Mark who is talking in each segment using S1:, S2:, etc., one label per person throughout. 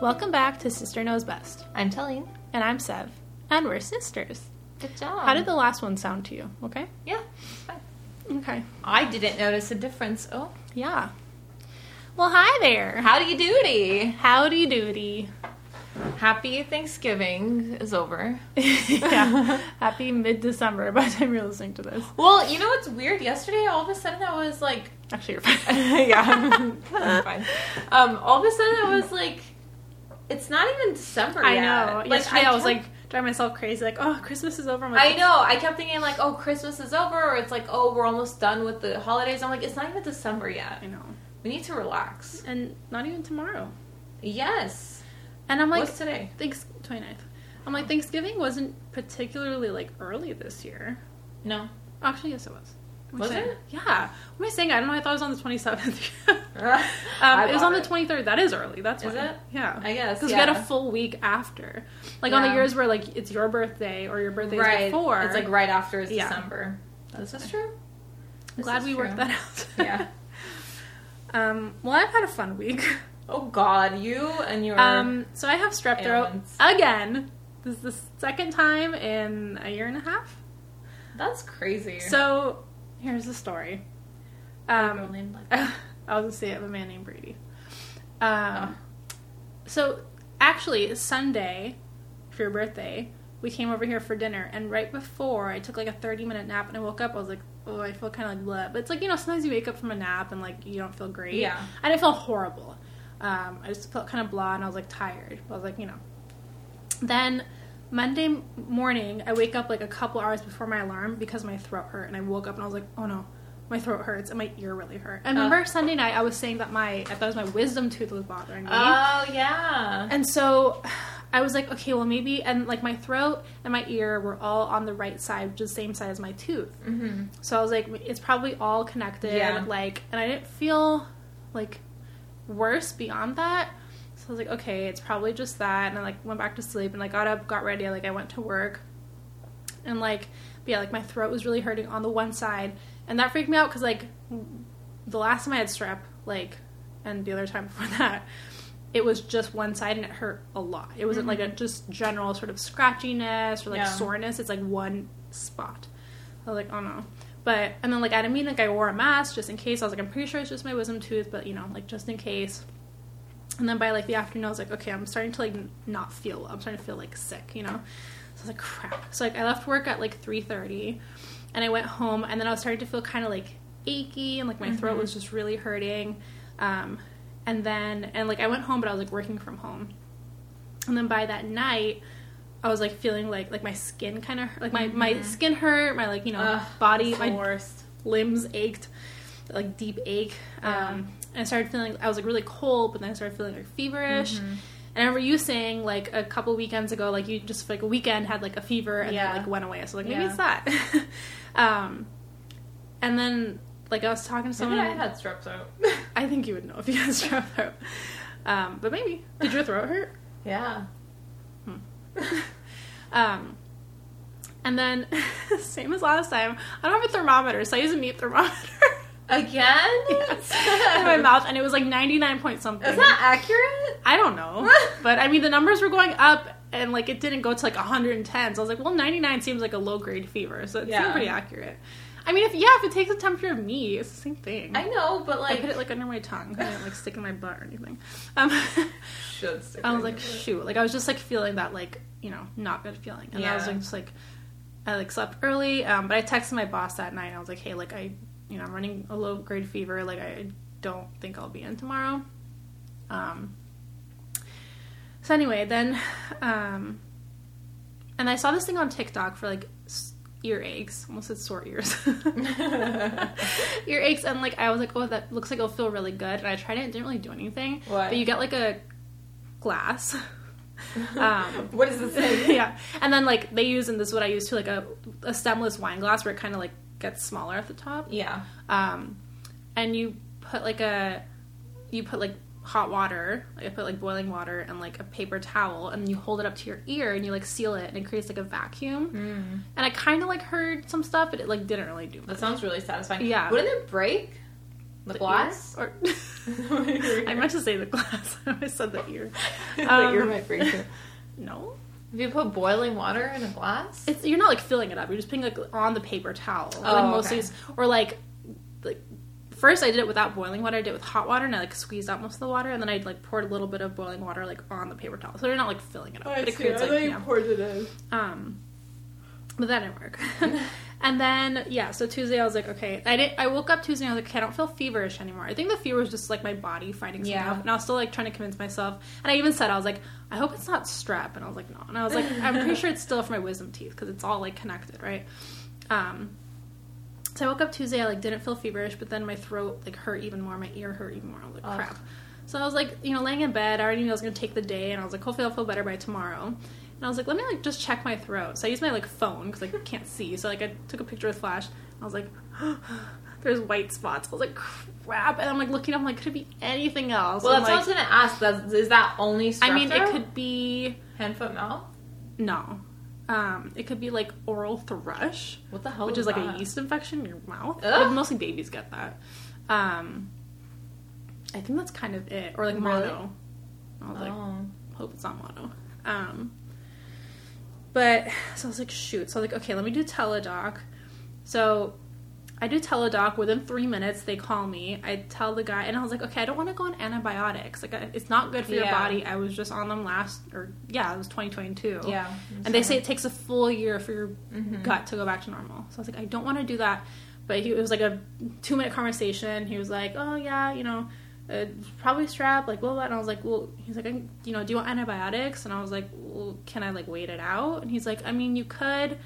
S1: Welcome back to Sister Knows Best.
S2: I'm Telling.
S1: And I'm Sev. And we're sisters.
S2: Good job.
S1: How did the last one sound to you? Okay?
S2: Yeah, it's fine.
S1: Okay.
S2: I didn't notice a difference. Oh,
S1: Yeah. Well, hi there.
S2: howdy doody!
S1: Howdy doody.
S2: Happy Thanksgiving is over.
S1: yeah. Happy mid December by the time you're listening to this.
S2: Well, you know what's weird? Yesterday, all of a sudden, I was like,
S1: Actually, you're fine.
S2: yeah, I'm, I'm fine. Um, all of a sudden, I was like, it's not even December.
S1: I
S2: yet.
S1: know.
S2: Like,
S1: Yesterday, I, was
S2: kept-
S1: like driving myself crazy, like, oh, Christmas is over. I'm like,
S2: I know. I kept thinking like, oh, Christmas is over, or it's like, oh, we're almost done with the holidays. I'm like, it's not even December yet.
S1: I know.
S2: We need to relax.
S1: And not even tomorrow.
S2: Yes.
S1: And I'm like,
S2: What's today?
S1: thanks, 29th. I'm like, Thanksgiving wasn't particularly like early this year.
S2: No.
S1: Actually, yes, it was. What
S2: Was
S1: am I saying?
S2: it?
S1: Yeah. What am I saying? I don't know. I thought it was on the 27th. um,
S2: I
S1: it was on
S2: bought
S1: the 23rd. That is early. That's
S2: Is
S1: why.
S2: it?
S1: Yeah.
S2: I guess.
S1: Because
S2: yeah.
S1: we had a full week after. Like on the
S2: Yeah.
S1: years where like it's your birthday or your birthday's
S2: right.
S1: before.
S2: It's like right after is
S1: Yeah.
S2: December. That's
S1: fine.
S2: this is true.
S1: I'm
S2: This
S1: glad
S2: is
S1: we worked
S2: true.
S1: that out.
S2: Yeah.
S1: Um, well, I've had a fun week.
S2: Oh God, you and your
S1: Um, so I have strep throat
S2: Ailments.
S1: again. This is the second time in a year and a half.
S2: that's crazy.
S1: So here's the story.
S2: A girl
S1: Um,
S2: named like-
S1: I was gonna say I have a man named Brady. Um, So actually, Sunday for your birthday, we came over here for dinner, and right before I took like a thirty minute nap, and I woke up, I was like, oh, I feel kind of like bleh. But it's like you know, sometimes you wake up from a nap and like you don't feel great.
S2: Yeah.
S1: I didn't feel horrible. Um, I just felt kind of blah, and I was like tired. I was like, you know. Then Monday m- morning, I wake up like a couple hours before my alarm because my throat hurt, and I woke up and I was like, oh no, my throat hurts and my ear really hurt. And
S2: Ugh.
S1: remember Sunday night, I was saying that my I thought it was my wisdom tooth was bothering me.
S2: Oh yeah.
S1: And so I was like, okay, well, maybe. And like my throat and my ear were all on the right side, which is the same side as my tooth.
S2: Mm-hmm.
S1: So I was like, it's probably all connected.
S2: Yeah.
S1: Like, and I didn't feel like worse beyond that. So I was like, okay, it's probably just that. And I like went back to sleep and like got up, got ready. Like I went to work. And like, but yeah, like my throat was really hurting on the one side. And that freaked me out because like the last time I had strep, like, and the other time before that, it was just one side and it hurt a lot. It wasn't like a just general sort of scratchiness or like
S2: Yeah.
S1: soreness. It's like one spot. I was like, oh no. But and then like I didn't mean like I wore a mask just in case. I was like, I'm pretty sure it's just my wisdom tooth, but you know, like just in case. And then by like the afternoon, I was like, okay, I'm starting to like n- not feel. I'm starting to feel like sick, you know. So I was like, crap. So like I left work at like 3:30, and I went home, and then I was starting to feel kind of like achy, and like my throat was just really hurting. Um, and then and like I went home, but I was like working from home. And then by that night, I was like feeling like like my skin kind of like my my skin hurt, my like you know
S2: Ugh,
S1: body,
S2: the
S1: my
S2: worst.
S1: limbs ached, like deep ache. Um, and I started feeling I was like really cold, but then I started feeling like feverish.
S2: Mm-hmm.
S1: And I remember you saying like a couple weekends ago, like you just for, like a weekend had like a fever and
S2: Yeah.
S1: then like went away. So like maybe
S2: Yeah.
S1: it's that. um, and then like I was talking to
S2: Maybe
S1: someone.
S2: I had strep throat.
S1: I think you would know if you had strep throat. Um, but maybe did your throat hurt? Hmm.
S2: yeah.
S1: Um, and then same as last time, I don't have a thermometer, so I use a meat thermometer.
S2: Again?
S1: in my mouth, and it was like 99 point something.
S2: Is that accurate?
S1: I don't know. but I mean, the numbers were going up, and like it didn't go to like 110. So I was like, well, 99 seems like a low grade fever, so it seemed
S2: Yeah.
S1: pretty accurate. I mean, if yeah, if it takes the temperature of me, it's the same thing.
S2: I know, but
S1: I
S2: like,
S1: put it like under my tongue. I didn't like stick in my butt or anything. Um,
S2: should stick
S1: I was
S2: with
S1: like,
S2: it.
S1: shoot, like I was just like feeling that like you know not good feeling, and I was
S2: Yeah.
S1: like, just like I like slept early, um, but I texted my boss that night. And I was like, hey, like I you know I'm running a low grade fever, like I don't think I'll be in tomorrow. Um. So anyway, then, um, and I saw this thing on TikTok for like s- ear aches, almost said sore ears. ear aches and like I was like, oh, that looks like it'll feel really good. And I tried it; it didn't really do anything.
S2: What?
S1: But you get like a glass. um,
S2: what is this thing?
S1: yeah, and then like they use, and this is what I use too, like a, a stemless wine glass where it kind of like gets smaller at the top.
S2: yeah.
S1: Um, and you put like a you put like hot water, like I put like boiling water and like a paper towel, and then you hold it up to your ear and you like seal it, and it creates like a vacuum.
S2: Mm.
S1: And I kind of like heard some stuff, but it like didn't really do much.
S2: That sounds really satisfying.
S1: Yeah.
S2: Wouldn't it break? The,
S1: ear?
S2: glass?
S1: Or I
S2: I
S1: meant to say the glass. I always said the ear.
S2: But you're
S1: Um,
S2: my brain. If
S1: No,
S2: you put boiling water in a glass,
S1: it's you're not like filling it up. You're just putting like on the paper towel.
S2: Oh,
S1: like most
S2: okay.
S1: things, or like like first I did it without boiling water. I did it with hot water, and I like squeezed out most of the water, and then I like poured a little bit of boiling water like on the paper towel. So you're not like filling it up, but it creates like yeah.
S2: poured it in.
S1: Um, but that didn't work. and then yeah, so Tuesday I was like, okay, I didn't. I woke up Tuesday and I was like, okay, I don't feel feverish anymore. I think the fever was just like my body fighting something
S2: Yeah.
S1: off. And I was still like trying to convince myself. And I even said I was like, I hope it's not strep. And I was like, no. And I was like, I'm pretty sure it's still for my wisdom teeth because it's all like connected, right? Um. So I woke up Tuesday, I like didn't feel feverish, but then my throat like hurt even more, my ear hurt even more. I was like,
S2: Ugh.
S1: crap. So I was like, you know, laying in bed, I already knew I was gonna take the day, and I was like, hopefully I'll feel better by tomorrow. And I was like, let me like just check my throat. So I used my like phone because I can't see. So like I took a picture with flash. I was like, there's white spots. I was like, crap. And I'm like looking, I'm like, could it be anything else?
S2: Well,
S1: I'm,
S2: that's what I was
S1: like,
S2: gonna ask. That's, is that only? Strep
S1: I mean, it
S2: throat?
S1: could be
S2: hand, foot, mouth.
S1: no. Um, it could be like oral thrush.
S2: What the hell?
S1: which is like a
S2: that?
S1: yeast infection in your mouth.
S2: Oh, Ugh.
S1: But mostly babies get that. Um, I think that's kind of it, or like
S2: Really?
S1: mono. I was like,
S2: Oh.
S1: hope it's not mono. Um, but so I was like, shoot. So I was like, okay, let me do teledoc. So I do teledoc. Within three minutes, they call me. I tell the guy, and I was like, okay, I don't want to go on antibiotics. Like, I- it's not good for your
S2: Yeah.
S1: body. I was just on them last, or yeah, it was 2022.
S2: Yeah.
S1: And they say it takes a full year for your
S2: Mhm.
S1: gut to go back to normal. So I was like, I don't want to do that. But he, it was like a two minute conversation. He was like, oh, yeah, you know, uh, probably strep, like, blah, blah. And I was like, well, he's like, I- you know, do you want antibiotics? And I was like, well, can I, like, wait it out? And he's like, I mean, you could.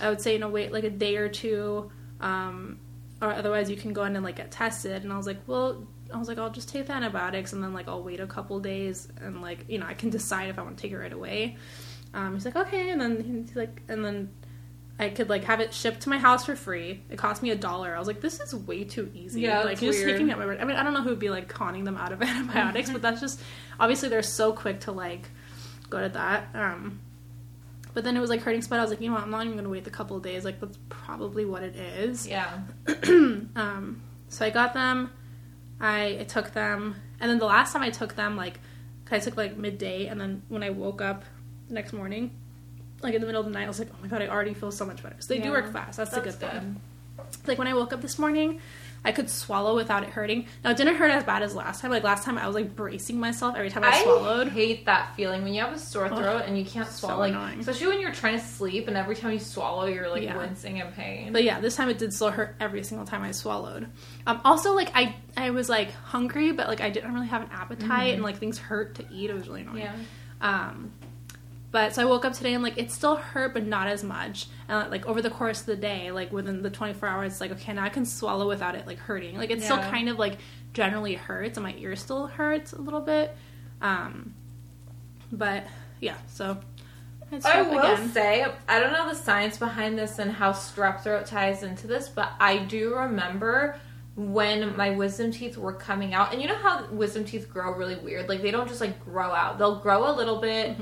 S1: I would say, you know, wait like a day or two. Um, or otherwise, you can go in and, like, get tested. And I was like, well, I was like, I'll just take the antibiotics and then, like, I'll wait a couple days and, like, you know, I can decide if I want to take it right away. Um, he's like, okay, and then he's like, and then I could like have it shipped to my house for free. It cost me a dollar. I was like, this is way too easy.
S2: Yeah,
S1: like
S2: that's
S1: you're just
S2: weird.
S1: taking out my word. I mean, I don't know who would be like conning them out of antibiotics, but that's just obviously they're so quick to like go to that. Um, but then it was like hurting spot. I was like, you know what? I'm not even gonna wait the couple of days. Like that's probably what it is.
S2: Yeah.
S1: Um, so I got them, I, I took them, and then the last time I took them, like, 'cause I took like midday, and then when I woke up the next morning, like in the middle of the night, I was like, oh my god, I already feel so much better. So they do
S2: Yeah.
S1: work fast. That's,
S2: That's
S1: the good, thing.
S2: good.
S1: Like when I woke up this morning, I could swallow without it hurting. Now it didn't hurt as bad as last time. Like last time, I was like bracing myself every time I,
S2: I
S1: swallowed.
S2: hate that feeling when you have a sore
S1: Ugh.
S2: throat and you can't
S1: So
S2: swallow. like,
S1: annoying.
S2: especially when you're trying to sleep and every time you swallow, you're like
S1: Yeah.
S2: wincing in pain.
S1: But yeah, this time it did still hurt every single time I swallowed. Um, also, like I, I was like hungry, but like I didn't really have an appetite,
S2: Mm-hmm.
S1: and like things hurt to eat. It was really annoying.
S2: yeah.
S1: Um, but so I woke up today and like it still hurt, but not as much. And like over the course of the day, like within the 24 hours, it's like okay, now I can swallow without it like hurting. Like it still
S2: Yeah.
S1: kind of like generally hurts, and my ear still hurts a little bit. Um, but yeah, so it's
S2: I
S1: strep
S2: will say, I don't know the science behind this and how strep throat ties into this, but I do remember when my wisdom teeth were coming out. And you know how wisdom teeth grow really weird? Like, they don't just like grow out, they'll grow a little bit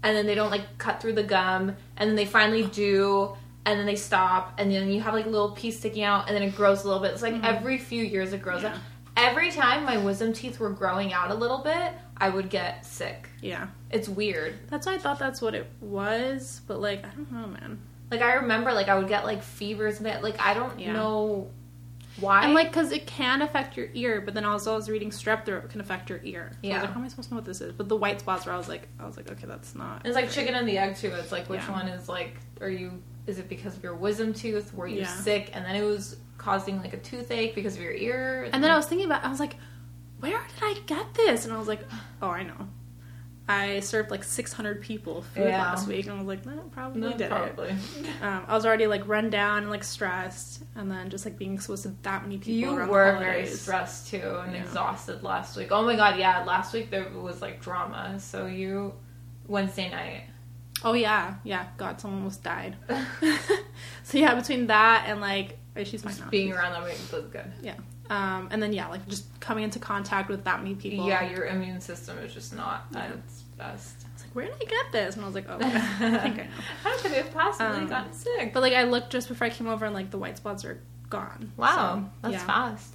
S2: and then they don't like cut through the gum and then they finally do and then they stop and then you have like a little piece sticking out and then it grows a little bit. It's like every few years it grows
S1: Yeah.
S2: out. Every time my wisdom teeth were growing out a little bit, I would get sick.
S1: Yeah,
S2: It's weird.
S1: that's why I thought that's what it was, but like I don't know, man.
S2: Like I remember, like I would get like fevers and that. Like I don't
S1: Yeah.
S2: know why.
S1: And like, because it can affect your ear, but then also I was reading strep throat can affect your ear. So I
S2: Yeah.
S1: was like, how am I supposed to know what this is? But the white spots were, I was like, I was like, okay, that's not.
S2: it's like chicken and the egg too. It's like which
S1: Yeah.
S2: one is like are you? Is it because of your wisdom tooth? Were you
S1: Yeah.
S2: sick? And then it was causing like a toothache because of your ear.
S1: And then I was thinking about, I was like, where did I get this? And I was like, oh, I know. I served like 600 people food
S2: Yeah.
S1: last week, and I was like, that probably
S2: No,
S1: did
S2: probably.
S1: it. Um, I was already like run down and like stressed, and then just like being exposed to that many people
S2: You
S1: around
S2: were
S1: the
S2: very
S1: holidays.
S2: stressed too and
S1: Yeah.
S2: exhausted last week. Oh my god, yeah. Last week there was like drama. So you Wednesday night.
S1: Oh yeah, yeah. God, someone almost died. so yeah, between that and like, oh, she's fine now.
S2: Being
S1: She's-
S2: around that week was good.
S1: Yeah. Um, and then yeah, like just coming into contact with that many people.
S2: Yeah, your immune system is just not at
S1: Yeah.
S2: its best.
S1: I was like, where did I get this? And I was like, oh, I think I know.
S2: How could it have possibly
S1: Um,
S2: gotten sick?
S1: But like, I looked just before I came over, and like the white spots are gone.
S2: Wow,
S1: So,
S2: that's
S1: yeah.
S2: fast.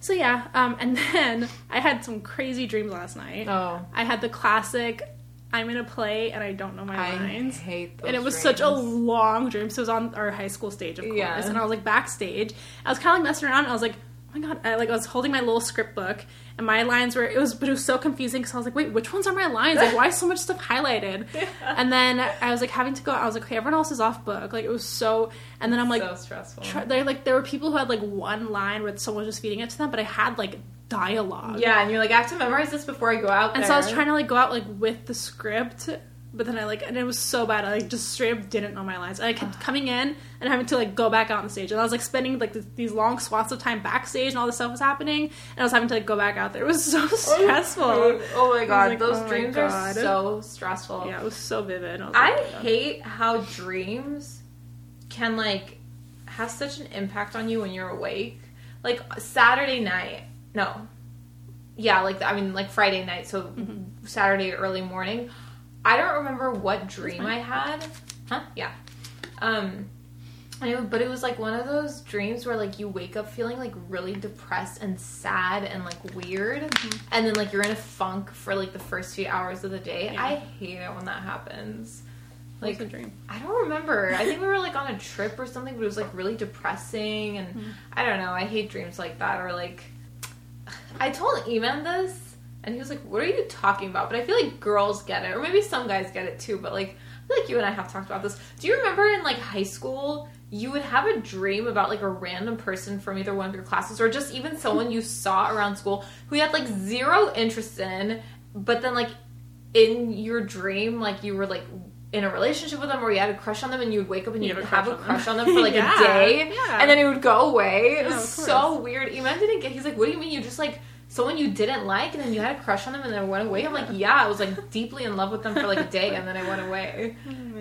S1: So yeah, um, and then I had some crazy dreams last night.
S2: Oh,
S1: I had the classic, I'm in a play and I don't know my
S2: I
S1: lines.
S2: hate. Those
S1: and it was such a
S2: dreams.
S1: long dream. So it was on our high school stage, of course.
S2: Yeah.
S1: And I was like backstage. I was kind of like messing around. And I was like, oh my god! I, like I was holding my little script book, and my lines were it was, but it was so confusing because I was like, wait, which ones are my lines? Like, why is so much stuff highlighted? And then I was like having to go. I was like, okay, everyone else is off book. Like it was so. And then I'm like,
S2: so stressful.
S1: try, they like there were people who had like one line where someone was just feeding it to them, but I had like dialogue.
S2: yeah, and you're like, I have to memorize this before I go out.
S1: And so I was
S2: there.
S1: trying to like go out like with the script, but then I like and it was so bad. I like just straight up didn't know my lines. And I kept coming in and having to like go back out on the stage. And I was like spending like th- these long swaths of time backstage and all this stuff was happening. And I was having to like go back out there. It was so stressful.
S2: Oh my god,
S1: like,
S2: those
S1: oh my
S2: dreams are
S1: God.
S2: so stressful.
S1: Yeah, it was so vivid. was
S2: I
S1: like, oh my God.
S2: hate how dreams can like have such an impact on you when you're awake. Like Saturday night, no, yeah, like I mean, like Friday night, so
S1: Mm-hmm.
S2: Saturday early morning. I don't remember what dream
S1: fine.
S2: I had. Huh? Yeah. Um, I know, but it was like one of those dreams where like you wake up feeling like really depressed and sad and like weird,
S1: Mm-hmm.
S2: and then like you're in a funk for like the first few hours of the day.
S1: Yeah.
S2: I hate it when that happens.
S1: It was
S2: Like
S1: a dream.
S2: I don't remember. I think we were like on a trip or something, but it was like really depressing, and I don't know. I hate dreams like that, or like I told Eman this, and he was like, "What are you talking about?" But I feel like girls get it, or maybe some guys get it too. But like, I feel like you and I have talked about this. Do you remember in like high school? You would have a dream about like a random person from either one of your classes, or just even someone you saw around school who you had like zero interest in, but then like in your dream, like you were like in a relationship with them or you had a crush on them and you would wake up and
S1: You
S2: you'd
S1: have a
S2: have a
S1: crush
S2: crush
S1: on
S2: on
S1: them.
S2: them for like
S1: Yeah,
S2: a day
S1: yeah.
S2: and then it would go away. It
S1: Yeah,
S2: was
S1: of
S2: so weird. Iman didn't get he's like, What do you mean you just like someone you didn't like and then you had a crush on them and then it went away? I'm like, Yeah, I was like deeply in love with them for like a day and then it went away.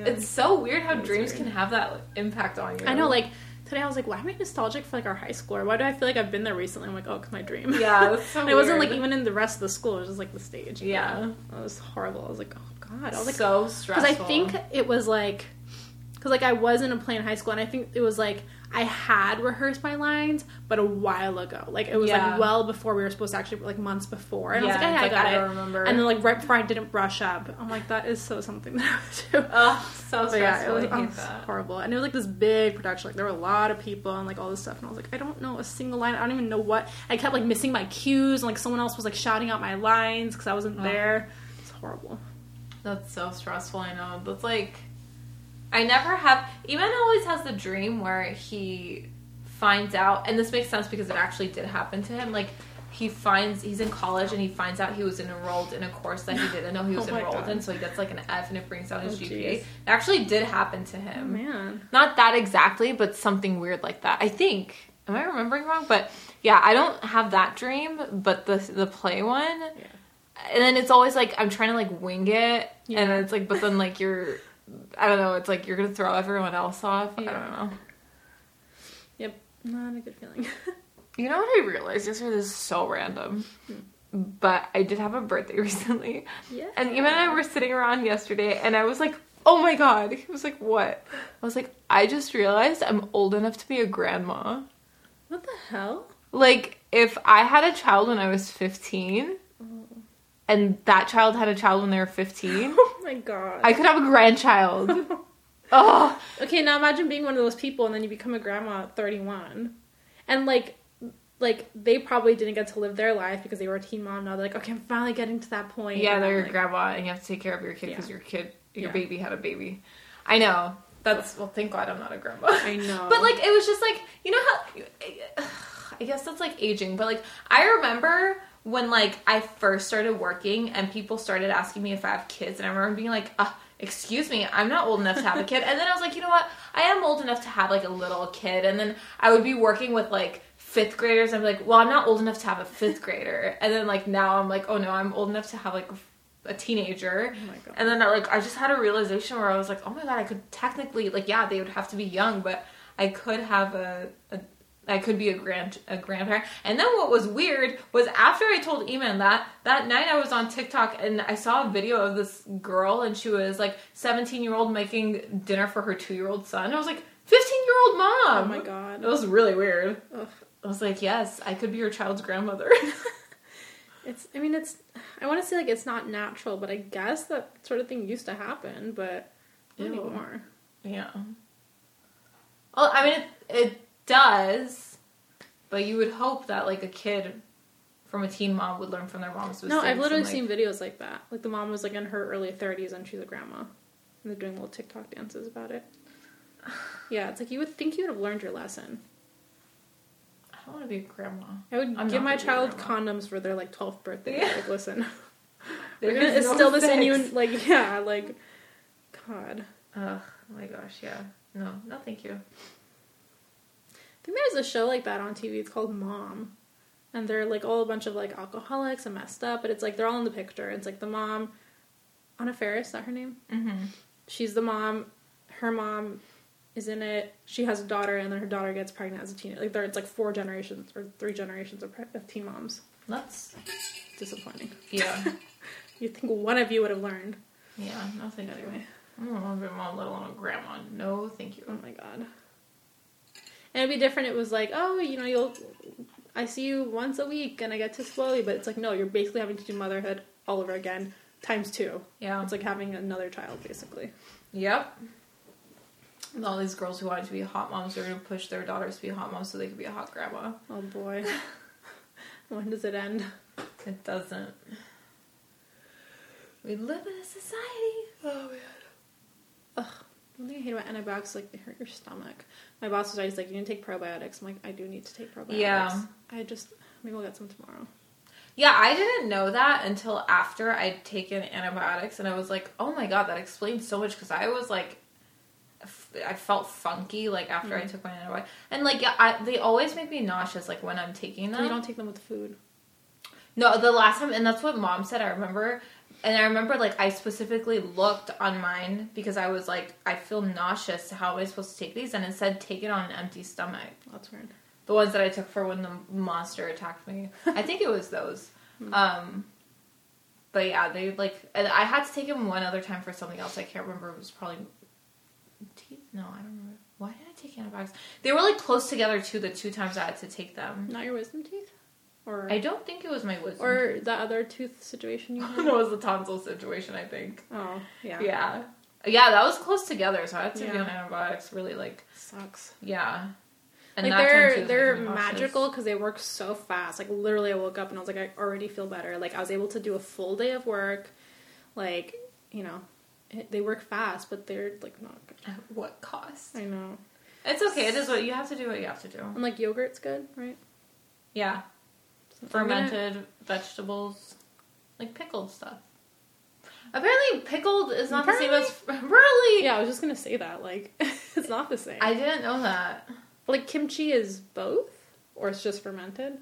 S2: It's so weird how
S1: Oh, That is
S2: dreams
S1: weird.
S2: can have that like, impact on you.
S1: I know, like today I was like, why am I nostalgic for like our high school? Or why do I feel like I've been there recently? I'm like, oh, 'cause my dream.
S2: Yeah, that's so
S1: and it wasn't like
S2: weird.
S1: even in the rest of the school. It was just like the stage.
S2: Yeah.
S1: it was horrible. I was like, oh god. I was like,
S2: so
S1: because
S2: stressful.
S1: I think it was like, because like I was in a play in high school, and I think it was like I had rehearsed my lines, but a while ago. Like it was
S2: Yeah.
S1: like well before we were supposed to actually like months before, and
S2: yeah,
S1: I was like, yeah,
S2: it's
S1: I got
S2: I
S1: it.
S2: don't remember.
S1: And then like right before I didn't brush up, I'm like, that is so something that I would do.
S2: Ugh, so
S1: But yeah, it
S2: Oh, stressful.
S1: was,
S2: I
S1: oh,
S2: hate
S1: it was
S2: that.
S1: horrible. And it was like this big production. Like there were a lot of people and like all this stuff. And I was like, I don't know a single line. I don't even know what. I kept like missing my cues. And like someone else was like shouting out my lines because I wasn't
S2: Ugh.
S1: there. It's horrible.
S2: That's so stressful. I know. That's like, I never have. Iman always has the dream where he finds out, and this makes sense because it actually did happen to him. Like he finds he's in college and he finds out he was enrolled in a course that he didn't know he was
S1: Oh my
S2: enrolled
S1: God.
S2: in, so he gets like an F, and it brings down his
S1: Oh,
S2: GPA.
S1: geez.
S2: It actually did happen to
S1: Oh,
S2: him.
S1: man.
S2: Not that exactly, but something weird like that. I think. Am I remembering wrong? But yeah, I don't have that dream, but the the play one. And then it's always like I'm trying to like wing it, and
S1: Yeah.
S2: it's like, but then like you're, I don't know. It's like you're gonna throw everyone else off. I
S1: Yeah.
S2: don't know.
S1: Yep. Not a good feeling.
S2: You know what I realized yesterday? This is so random, but I did have a birthday recently,
S1: yeah.
S2: and Emma and I were sitting around yesterday, and I was like, oh my god. He was like, what? I was like, I just realized I'm old enough to be a grandma.
S1: What the hell?
S2: Like, if I had a child when I was 15, and that child had a child when they were 15,
S1: Mm. Oh my god.
S2: I could have a grandchild. Oh,
S1: okay, now imagine being one of those people and then you become a grandma at 31. And like, like they probably didn't get to live their life because they were a teen mom. Now they're like, okay, I'm finally getting to that point.
S2: yeah,
S1: And
S2: they're
S1: I'm
S2: your
S1: like,
S2: grandma, and you have to take care of your kid because
S1: Yeah.
S2: your kid, your
S1: Yeah.
S2: baby had a baby. I know. That's well. Thank God I'm not a grandma.
S1: I know.
S2: But like, it was just like you know how. I guess that's like aging, but like I remember when like I first started working and people started asking me if I have kids, and I remember being like, uh, "Excuse me, I'm not old enough to have a kid." And then I was like, you know what? I am old enough to have like a little kid, and then I would be working with like fifth graders. and I'm like, well, I'm not old enough to have a fifth grader, and then like now I'm like, oh no, I'm old enough to have like a teenager.
S1: Oh my God.
S2: And then I, like I just had a realization where I was like, oh my god, I could technically like yeah, they would have to be young, but I could have a, a I could be a grand a grandparent. And then what was weird was after I told Eman that that night I was on TikTok and I saw a video of this girl and she was like 17 year old making dinner for her two year old son. I was like 15 year old mom.
S1: oh my god.
S2: It was really weird.
S1: Ugh,
S2: I was like, yes, I could be your child's grandmother.
S1: It's. I mean, it's. I want to say like it's not natural, but I guess that sort of thing used to happen, but not
S2: Ew.
S1: anymore.
S2: yeah. Well, I mean, it, it does, but you would hope that like a kid from a teen mom would learn from their mom's mistakes.
S1: No, I've literally
S2: and, like-
S1: seen videos like that. Like the mom was like in her early thirties and she's a grandma, and they're doing little TikTok dances about it. Yeah, it's like you would think you would have learned your lesson.
S2: I don't want to be a grandma.
S1: I would
S2: I'm
S1: give
S2: not
S1: my
S2: gonna be a
S1: child
S2: grandma.
S1: condoms for their like twelfth birthday.
S2: Yeah.
S1: Like, listen, we're
S2: There
S1: gonna
S2: is no
S1: instill this in you.
S2: sex.
S1: and, Like, yeah, like, God.
S2: Ugh, oh my gosh, yeah. No, no, thank you.
S1: I think there's a show like that on TV. It's called Mom, and they're like all a bunch of like alcoholics and messed up, but it's like they're all in the picture. It's like the mom, Anna Faris, is that her name?
S2: Mm-hmm.
S1: She's the mom. Her mom is in it. She has a daughter, and then her daughter gets pregnant as a teenager. Like there, it's like four generations or three generations of, pre- of teen moms.
S2: That's
S1: Disappointing.
S2: yeah,
S1: You'd think one of you would have learned.
S2: yeah. No, thank you.
S1: Anyway,
S2: I don't want to be a mom, let alone a grandma. No, thank
S1: oh
S2: you.
S1: my god. And it'd be different. It was like, oh, you know, you'll. I see you once a week, and I get to spoil you. But it's like, no, you're basically having to do motherhood all over again, times two.
S2: Yeah.
S1: It's like having another child, basically.
S2: Yep. And all these girls who wanted to be hot moms are going to push their daughters to be hot moms so they could be a hot grandma.
S1: Oh boy. when does it end?
S2: It doesn't. We live in a society. Oh man.
S1: One thing I hate about antibiotics, like they hurt your stomach. My boss was always like, "You need to take probiotics." I'm like, "I do need to take probiotics."
S2: Yeah.
S1: I just maybe we'll get some tomorrow.
S2: Yeah, I didn't know that until after I'd taken antibiotics, and I was like, oh my god, that explains so much because I was like, f- I felt funky like after I took my antibiotic, and like yeah, I, they always make me nauseous like when I'm taking them.
S1: You don't take them with food.
S2: No, the last time, and that's what mom said. I remember, and I remember like I specifically looked on mine because I was like, I feel nauseous. How am I supposed to take these? And it said take it on an empty stomach.
S1: That's weird.
S2: The ones that I took for when the monster attacked me. I think it was those.
S1: Hmm.
S2: Um, but yeah, they like. And I had to take them one other time for something else. I can't remember. It was probably teeth. No, I don't remember. Why did I take antibiotics? They were like close together too. The two times I had to take them.
S1: Not your wisdom teeth, or
S2: I don't think it was my wisdom.
S1: or the other tooth situation you had.
S2: that was the tonsil situation, I think.
S1: oh yeah.
S2: Yeah. Yeah, that was close together, so I had to be
S1: Yeah.
S2: on antibiotics really like
S1: Sucks.
S2: yeah.
S1: like
S2: that time,
S1: they're
S2: too, was oh,
S1: they're
S2: making me nauseous.
S1: magical because they work so fast. Like literally, I woke up and I was like, I already feel better. Like I was able to do a full day of work. Like you know, it, they work fast, but they're like not. good.
S2: At what cost?
S1: I know.
S2: It's okay, it is what you have to do what you have to do.
S1: And like yogurt's good, right?
S2: Yeah.
S1: I'm gonna-
S2: Fermented vegetables. Like pickled stuff. Apparently pickled is not the same as really
S1: Yeah, I was just gonna say that. Like, it's not the same.
S2: I didn't know that.
S1: like kimchi is both, or it's just fermented.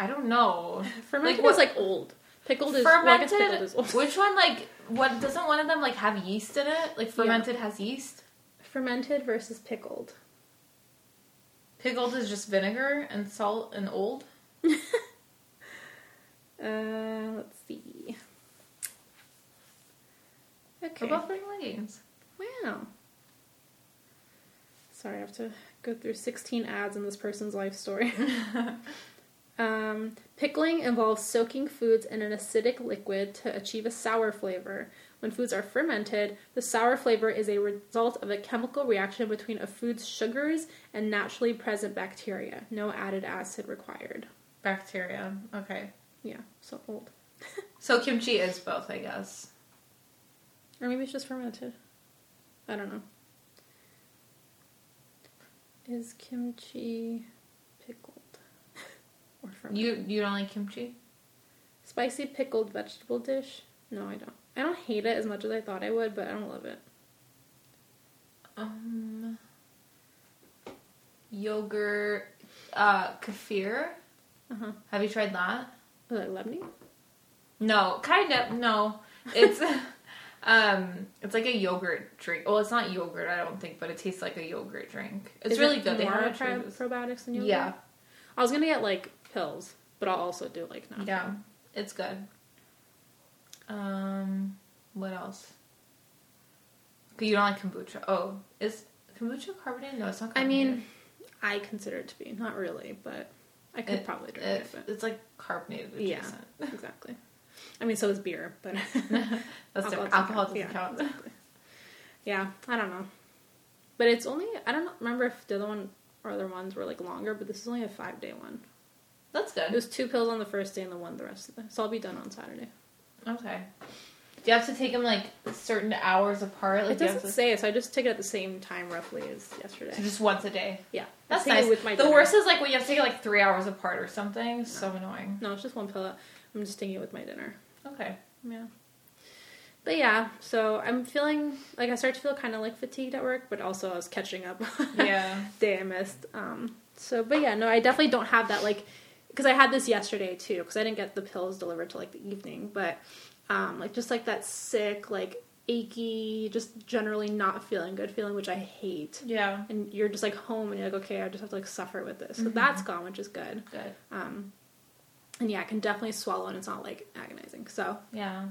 S2: I don't know.
S1: Fermented
S2: what-
S1: is like old. Pickled is well, I guess
S2: fermented.
S1: pickled is old.
S2: which one like what doesn't one of them like have yeast in it? Like fermented has yeast?
S1: fermented versus pickled.
S2: Pickled is just vinegar and salt and old.
S1: Uh, let's see. Okay.
S2: They're both wearing leggings.
S1: Wow. Sorry, I have to go through 16 ads in this person's life story. um, pickling involves soaking foods in an acidic liquid to achieve a sour flavor. When foods are fermented, the sour flavor is a result of a chemical reaction between a food's sugars and naturally present bacteria. No added acid required.
S2: Bacteria. Okay.
S1: Yeah, so old.
S2: So kimchi is both, I guess.
S1: Or maybe it's just fermented. I don't know. Is kimchi pickled or fermented?
S2: You you don't like kimchi?
S1: Spicy pickled vegetable dish? No, I don't. I don't hate it as much as I thought I would, but I don't love it.
S2: Um yogurt uh kefir.
S1: Uh huh.
S2: Have you tried that?
S1: Is it Lebanese?
S2: No, kind of. No. It's um it's like a yogurt drink. Well, it's not yogurt, I don't think, but it tastes like a yogurt drink. It's
S1: Is
S2: really
S1: it
S2: good. They
S1: more
S2: have it
S1: pro-
S2: for
S1: probiotics than yogurt.
S2: Yeah.
S1: I was gonna get like pills, but I'll also do like now.
S2: Yeah, it's good. Um, what else? You don't like kombucha? Oh, is kombucha carbonated? No, it's not.
S1: I
S2: Carbonated.
S1: mean, I consider it to be not really, but I could
S2: It-
S1: probably drink it,
S2: If- it's like carbonated
S1: Yeah.
S2: adjacent.
S1: but exactly. I mean, so is beer, but
S2: That's different. Alcohol
S1: Alcohol doesn't
S2: doesn't count.
S1: yeah, I don't know. But it's only I don't remember if the other one or other ones were like longer, but this is only a five day one.
S2: That's
S1: It
S2: good.
S1: was two pills on the first day and the one the rest of the. So I'll be done on Saturday.
S2: Okay. Do you have to take them like certain hours apart? Like
S1: it
S2: do you have
S1: doesn't say, so I just took it at the same time roughly as yesterday.
S2: to- so just once a day.
S1: yeah, I
S2: That's
S1: take it
S2: nice.
S1: With my
S2: the
S1: dinner.
S2: worst is like when you have to take it like three hours apart or something. So annoying.
S1: No, it's just one pill. I'm just taking it with my dinner.
S2: Okay.
S1: Yeah. But yeah, so I'm feeling like I start to feel kind of like fatigued at work, but also I was catching up.
S2: Yeah.
S1: day I missed. Um, so, but yeah, no, I definitely don't have that like because I had this yesterday too because I didn't get the pills delivered till like the evening, but um, like just like that sick, like achy, just generally not feeling good feeling, which I hate.
S2: yeah.
S1: And you're just like home and you're like, okay, I just have to like suffer with this. So
S2: Mhm.
S1: that's gone, which is good.
S2: Good.
S1: Um, and yeah, I can definitely swallow and it's not like agonizing. So
S2: Yeah.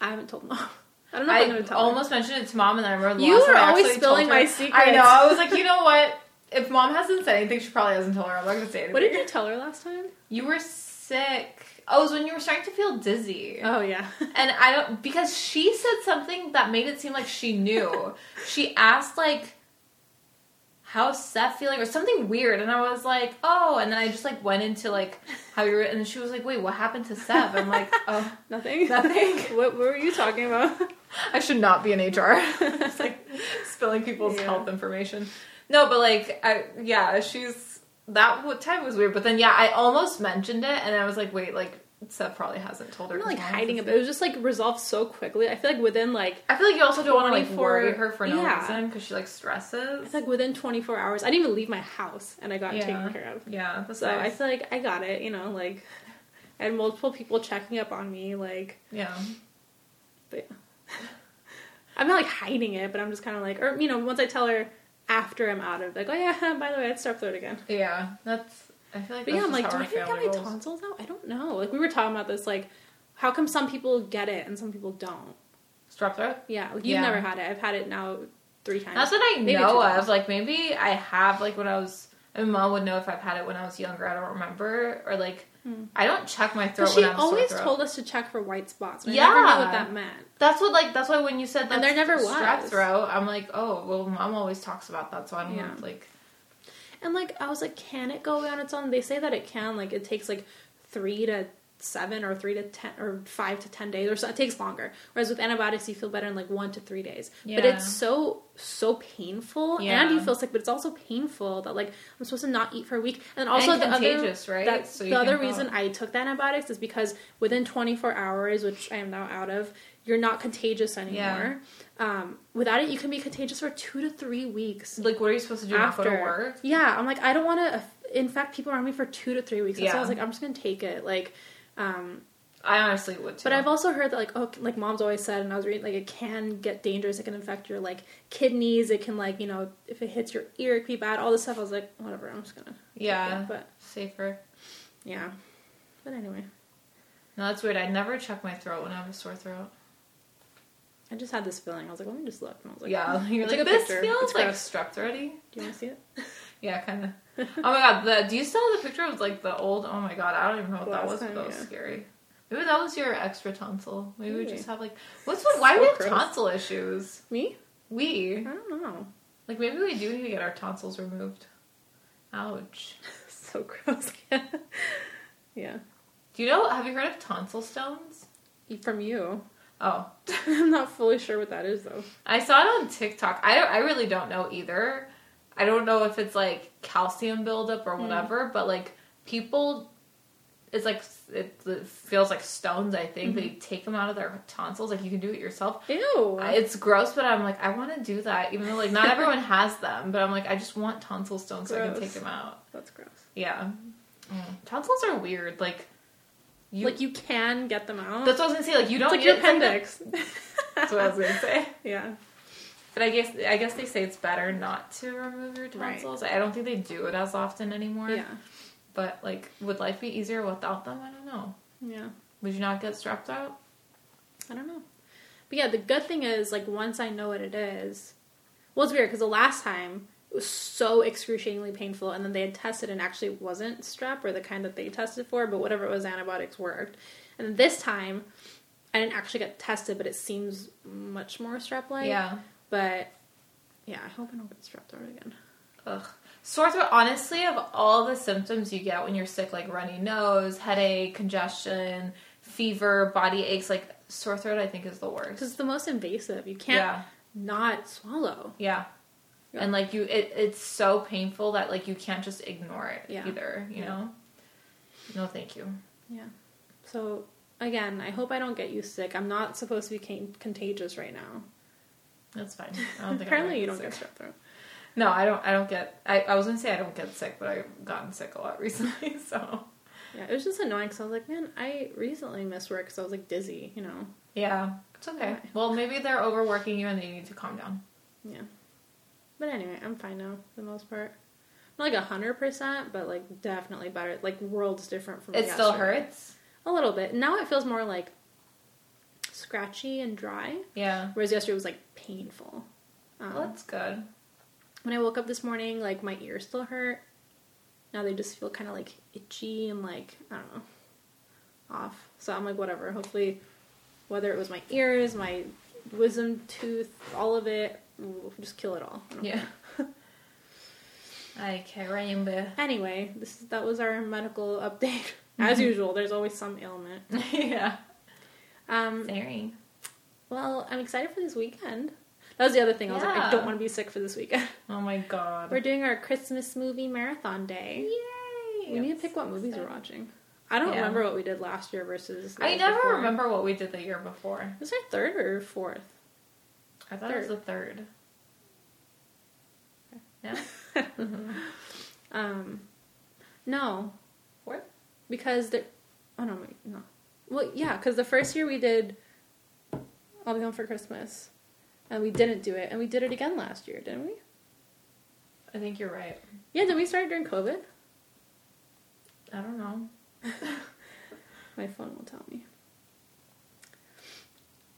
S1: I haven't told mom. I don't know if I am
S2: I
S1: gonna tell her.
S2: almost mentioned it to mom, and then I remember. the
S1: You
S2: last time
S1: are
S2: I
S1: always
S2: actually
S1: spilling
S2: told her.
S1: my secrets.
S2: I know. I was like, you know what? If mom hasn't said anything, she probably hasn't told her. I'm not gonna say anything.
S1: What did you tell her last time?
S2: You were sick. Oh, it was when you were starting to feel dizzy.
S1: Oh yeah.
S2: And I don't because she said something that made it seem like she knew. she asked like how's Seth feeling or something weird and I was like, "Oh." And then I just like went into like how you were and she was like, "Wait, what happened to Seth?" I'm like, "Oh,
S1: Nothing.
S2: nothing.
S1: what, what were you talking about?
S2: I should not be in HR." it's like spilling people's
S1: Yeah.
S2: health information. No, but like I yeah, she's that wa- time was weird, but then yeah, I almost mentioned it and I was like, "Wait, like Seth probably hasn't told her."
S1: I'm not
S2: 'cause
S1: like
S2: mom
S1: hiding it,
S2: says
S1: but it was just like resolved so quickly. I feel like within like
S2: I feel like you also don't want to like
S1: 24
S2: worry her for no
S1: yeah.
S2: reason because she like stresses.
S1: it's like within 24 hours. I didn't even leave my house, and I got
S2: Yeah.
S1: taken care of.
S2: Yeah, that's
S1: So I
S2: nice.
S1: feel like I got it. You know, like I had multiple people checking up on me. Like,
S2: yeah,
S1: but yeah. I'm not like hiding it, but I'm just kind of like, or you know, once I tell her after I'm out of, like, oh yeah, by the way, it's strep throat again.
S2: yeah. That's I feel like.
S1: But
S2: that's
S1: yeah, I'm
S2: just
S1: like,
S2: how
S1: do
S2: our
S1: I even get
S2: family
S1: my
S2: rolls.
S1: tonsils out? I don't know. Like we were talking about this, like how come some people get it and some people don't?
S2: strep throat?
S1: Yeah, like you've
S2: Yeah.
S1: never had it. I've had it now three times.
S2: Not that I
S1: Maybe
S2: know
S1: two
S2: of.
S1: times.
S2: Like maybe I have like when I was. I mean, mom would know if I've had it when I was younger. I don't remember or like
S1: Hmm.
S2: I don't check my throat.
S1: But she
S2: when I have a sore
S1: always
S2: throat.
S1: told us to check for white spots. and I never
S2: Yeah.
S1: knew what that meant.
S2: That's what like that's why when you said that
S1: And there never
S2: strep
S1: was.
S2: throat, I'm like, oh well, mom always talks about that, so I don't
S1: Yeah.
S2: want, like.
S1: And like I was like, can it go away on its own? They say that it can. Like it takes like three to seven or three to ten or five to ten days or so. It takes longer. Whereas with antibiotics, you feel better in like one to three days. But
S2: Yeah.
S1: it's so so painful,
S2: Yeah.
S1: and you feel sick. But it's also painful that like I'm supposed to not eat for a week. And also
S2: and
S1: the other
S2: contagious, right?
S1: That's
S2: So you
S1: the other
S2: can-
S1: reason I took the antibiotics is because within 24 hours, which I am now out of, you're not contagious anymore. Um, without it, you can be contagious for two to three weeks
S2: Like, what are you supposed to do? Not go to
S1: after.
S2: work?
S1: Yeah, I'm like, I don't want to infect people around me for two to three weeks. And So
S2: Yeah.
S1: I was like, I'm just gonna take it. Like, um,
S2: I honestly would. Too.
S1: but I've also heard that like, oh, like mom's always said, and I was reading like, it can get dangerous. It can infect your like kidneys. It can like, you know, if it hits your ear, it can be bad. All this stuff. I was like, whatever. I'm just gonna. take
S2: yeah,
S1: it. But
S2: safer.
S1: yeah. But anyway.
S2: No, that's weird. I never check my throat when I have a sore throat.
S1: I just had this feeling. I was like, let me just look. And I was like,
S2: yeah,
S1: I
S2: you're
S1: took
S2: like
S1: a
S2: this
S1: picture.
S2: feels
S1: It's
S2: like
S1: gross.
S2: strep throaty.
S1: Do you want to see it?
S2: Yeah, kind of. oh my god, the do you still have the picture of like the old? Oh my god, I don't even know what that
S1: Last
S2: was. but
S1: time,
S2: that was
S1: yeah.
S2: scary. Maybe that was your extra tonsil. Maybe we
S1: Maybe.
S2: just have like what's with why
S1: So
S2: we have
S1: gross.
S2: tonsil issues?
S1: Me? I
S2: We
S1: don't know.
S2: like maybe we do need to get our tonsils removed. Ouch.
S1: so gross. yeah. E,
S2: Do you know? Have you heard of tonsil stones?
S1: From you.
S2: Oh,
S1: I'm not fully sure what that is though.
S2: I saw it on TikTok. I don't, I really don't know either. I don't know if it's like calcium buildup
S1: Hmm.
S2: or whatever, but like people, it's like it, it feels like stones. I think they
S1: Mm-hmm.
S2: take them out of their tonsils. Like you can do it yourself.
S1: Ew.
S2: I- It's gross, but I'm like I want to do that. Even though like not everyone has them, but I'm like I just want tonsil stones so I can
S1: Gross.
S2: take them out.
S1: That's gross.
S2: Yeah, Mm. tonsils are weird. Like you,
S1: like you can get them out.
S2: that's what I was gonna say. Like you don't
S1: it's like
S2: need
S1: your
S2: it. It's like the-
S1: appendix.
S2: That's what I was gonna say.
S1: yeah.
S2: But I guess I guess they say it's better not to remove your
S1: Right.
S2: tonsils. I don't think they do it as often anymore.
S1: Yeah.
S2: But like, would life be easier without them? I don't know.
S1: Yeah.
S2: Would you not get strep throat?
S1: I don't know. But yeah, the good thing is like once I know what it is. Well, it's weird because the last time It was so excruciatingly painful, and then they had tested and actually wasn't strep or the kind that they tested for, but whatever it was, antibiotics worked. And this time, I didn't actually get tested, but it seems much more strep like.
S2: Yeah.
S1: But yeah, I hope I don't get strep throat again.
S2: Ugh. Sore throat, honestly, of all the symptoms you get when you're sick, like runny nose, headache, congestion, fever, body aches, like sore throat, I think is the worst.
S1: Because it's the most invasive. You can't
S2: Yeah,
S1: not swallow.
S2: yeah.
S1: Yeah.
S2: And like you, it, it's so painful that like you can't just ignore it
S1: Yeah.
S2: either. You
S1: Yeah.
S2: know? No, thank you.
S1: Yeah. So again, I hope I don't get you sick. I'm not supposed to be can- contagious right now.
S2: That's fine. I don't think
S1: Apparently,
S2: I'm
S1: you
S2: gonna
S1: don't get strep throat.
S2: sick. No, I don't. I don't get. I, I was gonna say I don't get sick, but I've gotten sick a lot recently. So
S1: Yeah, it was just annoying because I was like, man, I recently missed work because I was like dizzy, you know.
S2: yeah, it's okay.
S1: Okay.
S2: Well, maybe they're overworking you and they need to calm down.
S1: Yeah. But anyway, I'm fine now for the most part. Not like hundred percent, but like definitely better. Like worlds different from
S2: It still
S1: yesterday.
S2: hurts.
S1: a little bit. Now it feels more like scratchy and dry,
S2: Yeah.
S1: whereas yesterday was like painful. Um,
S2: Well, that's good.
S1: when I woke up this morning, like my ears still hurt. Now they just feel kind of like itchy and like I don't know, off. So I'm like whatever. Hopefully, whether it was my ears, my wisdom tooth, all of it, we'll just kill it all. I don't
S2: Yeah. I can't remember.
S1: Anyway, this is, that was our medical update. As usual, there's always some ailment.
S2: yeah.
S1: Um,
S2: Very.
S1: well, I'm excited for this weekend. That was the other thing. I was like, I
S2: Yeah.
S1: don't want to be sick for this weekend.
S2: Oh my god.
S1: We're doing our Christmas movie marathon day.
S2: Yay!
S1: We need to pick what movies we're watching. I don't
S2: Yeah.
S1: remember what we did last year versus. the
S2: I
S1: years
S2: never
S1: before.
S2: remember what we did the year before.
S1: Was our third or fourth?
S2: I thought it was the third. No?
S1: Um, no,
S2: Fourth?
S1: because the oh no wait no well yeah because the first year we did I'll be home for Christmas and we didn't do it and we did it again last year didn't we
S2: I think you're right.
S1: yeah did we start during COVID
S2: I don't know.
S1: my phone will tell me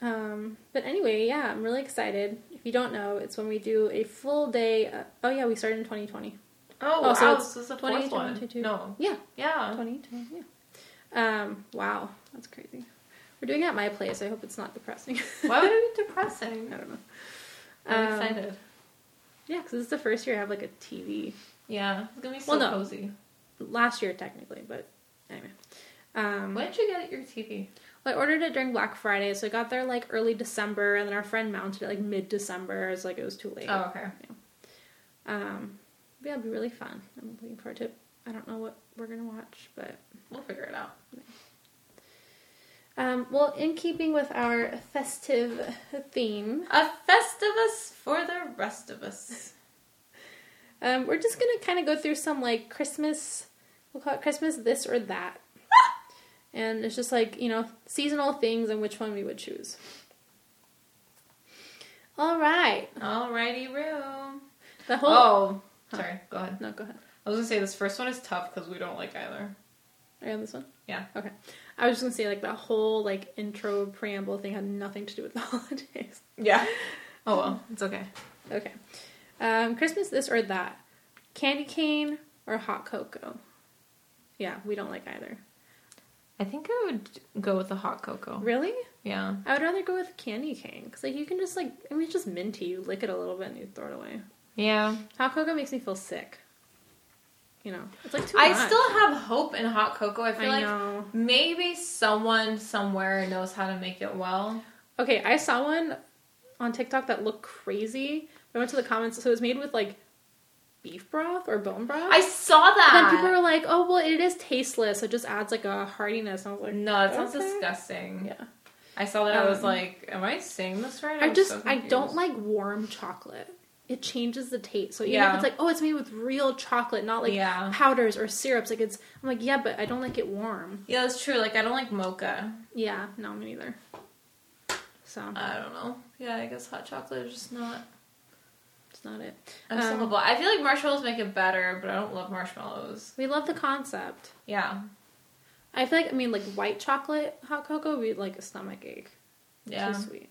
S1: um but anyway yeah I'm really excited if you don't know it's when we do a full day uh, oh yeah we started in 2020
S2: Oh,
S1: Oh, so
S2: wow,
S1: it's
S2: this is the
S1: 20,
S2: fourth one.
S1: 22.
S2: No.
S1: yeah
S2: Yeah.
S1: 2020 yeah um wow that's crazy we're doing it at my place I hope it's not depressing
S2: Why would it be
S1: I
S2: depressing?
S1: don't know
S2: I'm
S1: Um,
S2: excited.
S1: Yeah, because this is the first year I have like a TV.
S2: Yeah. It's gonna be so
S1: well, no.
S2: cozy.
S1: Last year, technically, but anyway. Um,
S2: When did you get your TV?
S1: well, I ordered it during Black Friday, so I got there like early December, and then our friend mounted it like mid December. It's like it was too late.
S2: Oh, okay.
S1: Um, but yeah, it'll be really fun. I'm looking forward to it. I don't know what we're gonna watch, but
S2: We'll figure it out.
S1: um, well, in keeping with our festive theme,
S2: A festivus for the rest of us.
S1: um, we're just gonna kind of go through some like Christmas. We'll call it Christmas this or that, and it's just like you know seasonal things and which one we would choose. All right,
S2: Alrighty, room.
S1: the whole.
S2: Oh,
S1: Huh.
S2: sorry. Go ahead.
S1: No, go ahead.
S2: I was gonna say this first one is tough because we don't like either.
S1: Are you on this one?
S2: Yeah.
S1: Okay. I was just gonna say like that whole like intro preamble thing had nothing to do with the holidays.
S2: Yeah. Oh well, it's okay.
S1: Okay. Um, Christmas this or that, candy cane or hot cocoa. Yeah, we don't like either.
S2: I think I would go with the hot cocoa.
S1: Really?
S2: Yeah.
S1: I would rather go with candy cane because like you can just like I mean it's just minty. You lick it a little bit and you throw it away.
S2: Yeah.
S1: Hot cocoa makes me feel sick. You know, it's like too
S2: I
S1: much.
S2: still have hope in hot cocoa. I
S1: I
S2: feel like
S1: know.
S2: maybe someone somewhere knows how to make it well.
S1: Okay, I saw one on TikTok that looked crazy. I went to the comments, so it was made with like beef broth or bone broth.
S2: I saw
S1: and
S2: that.
S1: then people were like, "Oh well, it is tasteless. so It just adds like a heartiness." And I was like,
S2: no, it sounds
S1: Okay.
S2: disgusting.
S1: "Yeah."
S2: I saw that. I was
S1: Um,
S2: like, "Am I saying this right?"
S1: I
S2: I'm
S1: just
S2: so
S1: I don't
S2: confused.
S1: like warm chocolate. It changes the taste. So even
S2: Yeah.
S1: if it's like, "Oh, it's made with real chocolate, not like
S2: yeah.
S1: powders or syrups," like it's I'm like, "Yeah, but I don't like it warm."
S2: Yeah, that's true. Like, I don't like mocha.
S1: Yeah, no, me neither. So
S2: I don't know. Yeah, I guess hot chocolate is just not
S1: Um, it's not it.
S2: I'm so
S1: Um,
S2: humble. I feel like marshmallows make it better, but I don't love marshmallows.
S1: We love the concept.
S2: Yeah.
S1: I feel like I mean like white chocolate hot cocoa would be like a stomach ache.
S2: Yeah.
S1: Too sweet.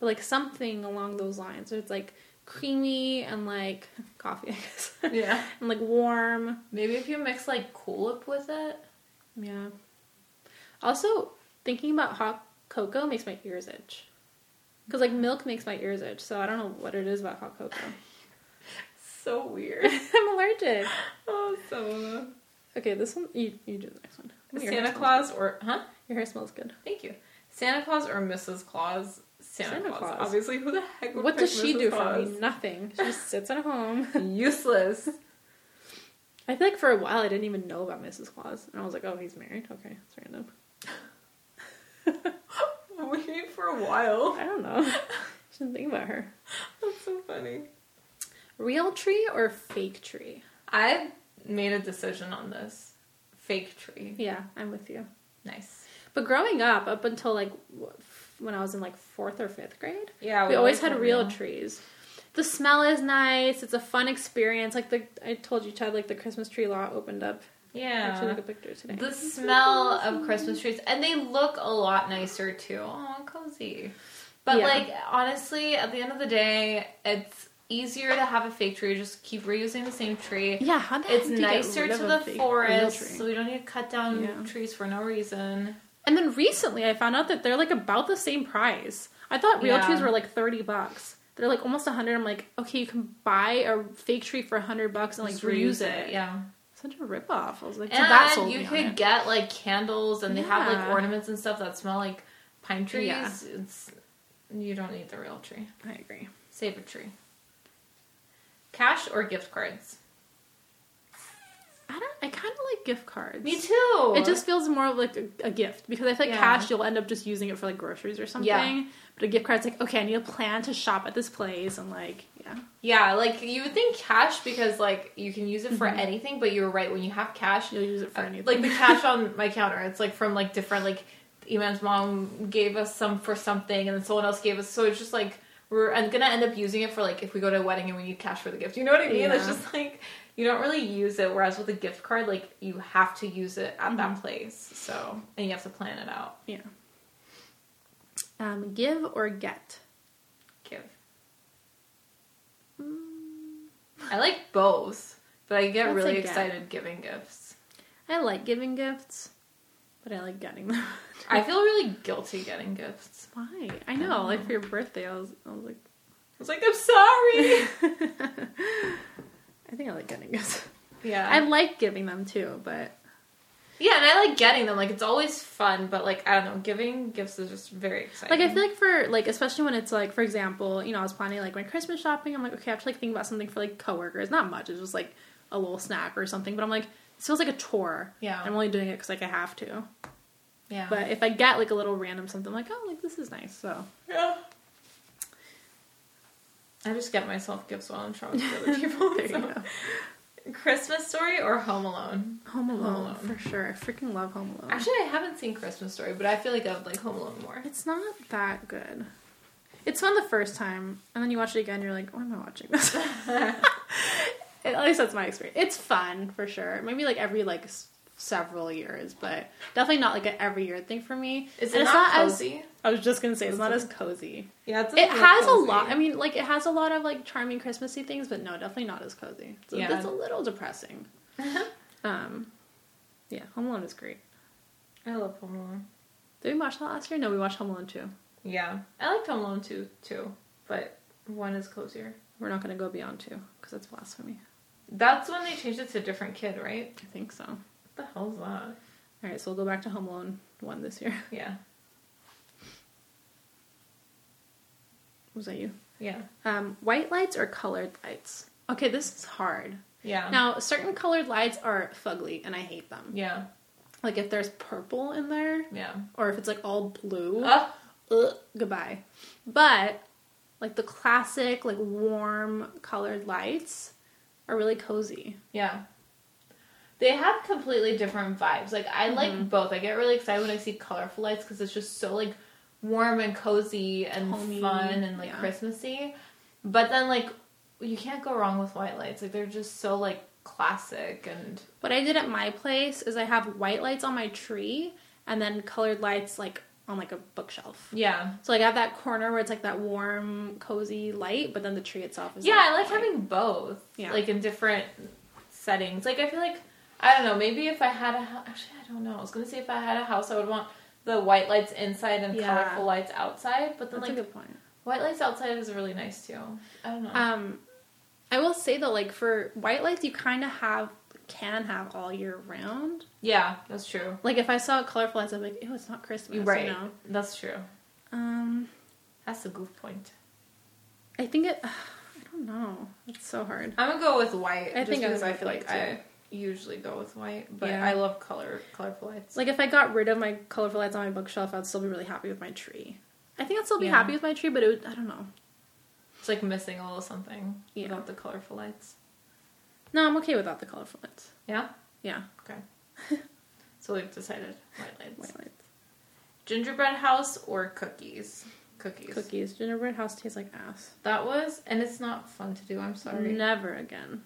S1: But like something along those lines. It's like creamy and like coffee, I guess.
S2: Yeah.
S1: and like warm.
S2: Maybe if you mix like Cool Whip with it.
S1: Yeah. Also, thinking about hot cocoa makes my ears itch. Because like milk makes my ears itch, so I don't know what it is about hot cocoa.
S2: So weird.
S1: I'm allergic.
S2: Oh, so
S1: Okay, this one you, you do the next one. Your hair
S2: Santa
S1: smells-
S2: Claus or huh?
S1: Your hair smells good.
S2: Thank you. Santa Claus or Mrs. Claus? Santa,
S1: Santa
S2: Claus.
S1: Claus.
S2: Obviously, who the heck? Would
S1: What
S2: pick
S1: does she
S2: Mrs.
S1: do for
S2: Claus?
S1: me? Nothing. She just sits at home.
S2: Useless.
S1: I feel like for a while I didn't even know about Mrs. Claus, and I was like, oh, he's married. Okay, it's random.
S2: Wait for a while.
S1: I don't know. Shouldn't think about her.
S2: That's so funny.
S1: Real tree or fake tree?
S2: I made a decision on this. Fake tree.
S1: Yeah, I'm with you.
S2: Nice.
S1: But growing up, up until like w- when I was in like fourth or fifth grade,
S2: Yeah,
S1: we always had
S2: went
S1: real trees. The smell is nice. It's a fun experience. Like the I told you, Chad, like the Christmas tree lot opened up. I
S2: Yeah.
S1: actually took a picture today.
S2: The smell of Christmas trees, and they look a lot nicer too. Oh, cozy. But
S1: Yeah.
S2: like honestly, at the end of the day, it's easier to have a fake tree. Just keep reusing the same tree.
S1: yeah, how the heck
S2: It's
S1: do you get
S2: nicer
S1: rid
S2: to
S1: of a
S2: the
S1: fake- a real
S2: forest,
S1: tree?
S2: so we don't need to cut down
S1: Yeah.
S2: trees for no reason.
S1: And then recently, I found out that they're like about the same price. I thought real
S2: Yeah.
S1: trees were like thirty bucks. They're like almost a hundred. I'm like, okay, you can buy a fake tree for hundred bucks and like
S2: Just
S1: reuse it.
S2: Yeah,
S1: Such a ripoff. I was like, so
S2: and
S1: that sold
S2: you
S1: me on
S2: could
S1: it.
S2: get like candles, and they have like
S1: Yeah.
S2: ornaments and stuff that smell like pine trees.
S1: Yeah.
S2: It's you don't need the real tree.
S1: I agree.
S2: Save a tree. Cash or gift cards.
S1: I don't. I kind of like gift cards.
S2: Me too.
S1: It just feels more of like a, a gift because I feel like
S2: Yeah.
S1: cash you'll end up just using it for like groceries or something.
S2: Yeah.
S1: But a gift card's like okay, I need a plan to shop at this place and like yeah,
S2: yeah, like you would think cash because like you can use it
S1: Mm-hmm.
S2: for anything, but you're right when you have cash,
S1: you'll use it for
S2: uh,
S1: anything.
S2: like the cash on my counter, it's like from like different like Iman's mom gave us some for something, and then someone else gave us. So it's just like we're I'm gonna end up using it for like if we go to a wedding and we need cash for the gift. You know what I mean? It's
S1: Yeah.
S2: just like you don't really use it. Whereas with a gift card, like you have to use it at that
S1: Mm-hmm.
S2: place, so and you have to plan it out.
S1: yeah. Um, give or get.
S2: Give. I like both, but I get
S1: Mm. That's
S2: really
S1: a get.
S2: excited giving gifts.
S1: I like giving gifts, but I like getting them.
S2: I feel really guilty getting gifts.
S1: Why? I
S2: Oh.
S1: know. Like for your birthday, I was I was like,
S2: I was like, I'm sorry.
S1: I think I like getting gifts.
S2: yeah.
S1: I like giving them too, but
S2: yeah, and I like getting them. Like, it's always fun, but like, I don't know, giving gifts is just very exciting.
S1: Like I feel like for like especially when it's like for example, you know, I was planning like my Christmas shopping. I'm like, okay, I have to like think about something for like coworkers. Not much. It's just like a little snack or something. But I'm like, this feels like a chore.
S2: Yeah.
S1: I'm only doing it because like I have to.
S2: yeah.
S1: But if I get like a little random something, I'm like, oh, like this is nice. So
S2: yeah. I just get myself gifts while I'm shopping for other people.
S1: there you
S2: so.
S1: go.
S2: Christmas Story or Home Alone?
S1: Home Alone,
S2: Alone.
S1: for sure. I freaking love Home Alone.
S2: Actually, I haven't seen Christmas Story, but I feel like I would like Home Alone more.
S1: it's not that good. It's fun the first time, and then you watch it again. You're like, why am I watching this? At least that's my experience. It's fun for sure. Maybe like every like s- several years, but definitely not like an every year thing for me.
S2: Is it
S1: And
S2: not
S1: as-
S2: cozy?
S1: I was just gonna say it's not as cozy.
S2: Yeah, it's
S1: It has a lot. I mean, like it has a lot of like charming Christmassy things, but no, definitely not as cozy. So
S2: Yeah.
S1: that's a little depressing. um, yeah, Home Alone is great.
S2: I love Home Alone.
S1: Did we watch that last year? No, we watched Home Alone too.
S2: Yeah, I liked Home Alone too, too, but one is cozier.
S1: We're not gonna go beyond two because that's blasphemy.
S2: That's when they changed it to a different kid, right?
S1: I think so. All
S2: What the hell's that?
S1: right, so we'll go back to Home Alone one this year.
S2: Yeah,
S1: Was that you?
S2: yeah,
S1: Um, white lights or colored lights? Okay, this is hard.
S2: yeah,
S1: Now, certain colored lights are fugly, and I hate them.
S2: yeah,
S1: Like if there's purple in there,
S2: yeah.
S1: or if it's like all blue,
S2: Oh,
S1: ugh, goodbye. But like the classic, like warm colored lights are really cozy.
S2: yeah. They have completely different vibes. Like I like both. I get really excited when I see colorful lights because it's just so like warm and cozy and
S1: Homey,
S2: fun and like
S1: yeah.
S2: Christmassy. But then like you can't go wrong with white lights. Like they're just so like classic and
S1: What I did at my place is I have white lights on my tree and then colored lights like on like a bookshelf.
S2: Yeah.
S1: So like I have that corner where it's like that warm, cozy light, but then the tree itself is
S2: Yeah,
S1: like,
S2: I like having both.
S1: Yeah.
S2: Like in different settings. Like I feel like I don't know. Maybe if I had a house, actually I don't know. I was gonna say if I had a house, I would want the white lights inside and
S1: Yeah.
S2: colorful lights outside. But then
S1: That's a
S2: like
S1: good point.
S2: white lights outside is really nice too. I don't know.
S1: Um, I will say though, like for white lights, you kind of have can have all year round.
S2: yeah, that's true.
S1: Like if I saw a colorful lights, I'd be like, "Ew, it's not Christmas."
S2: You're
S1: you
S2: right.
S1: know?
S2: That's true.
S1: Um,
S2: That's a good point.
S1: I think it. I don't know. It's so hard.
S2: I'm gonna go with white.
S1: I
S2: just
S1: think I'm
S2: because I
S1: gonna
S2: feel
S1: go
S2: like
S1: with
S2: I
S1: white,
S2: usually go with white, but
S1: Yeah.
S2: I love color colorful lights.
S1: Like if I got rid of my colorful lights on my bookshelf, I'd still be really happy with my tree. I think I'd still be
S2: Yeah.
S1: happy with my tree, but it would, I don't know.
S2: It's like missing a little something
S1: Yeah.
S2: without the colorful lights.
S1: No, I'm okay without the colorful lights.
S2: Yeah.
S1: Yeah,
S2: Okay. so we've decided white lights.
S1: white lights,
S2: Gingerbread house or cookies? Cookies.
S1: cookies, gingerbread house tastes like ass.
S2: That was, and it's not fun to do. I'm sorry.
S1: Never again.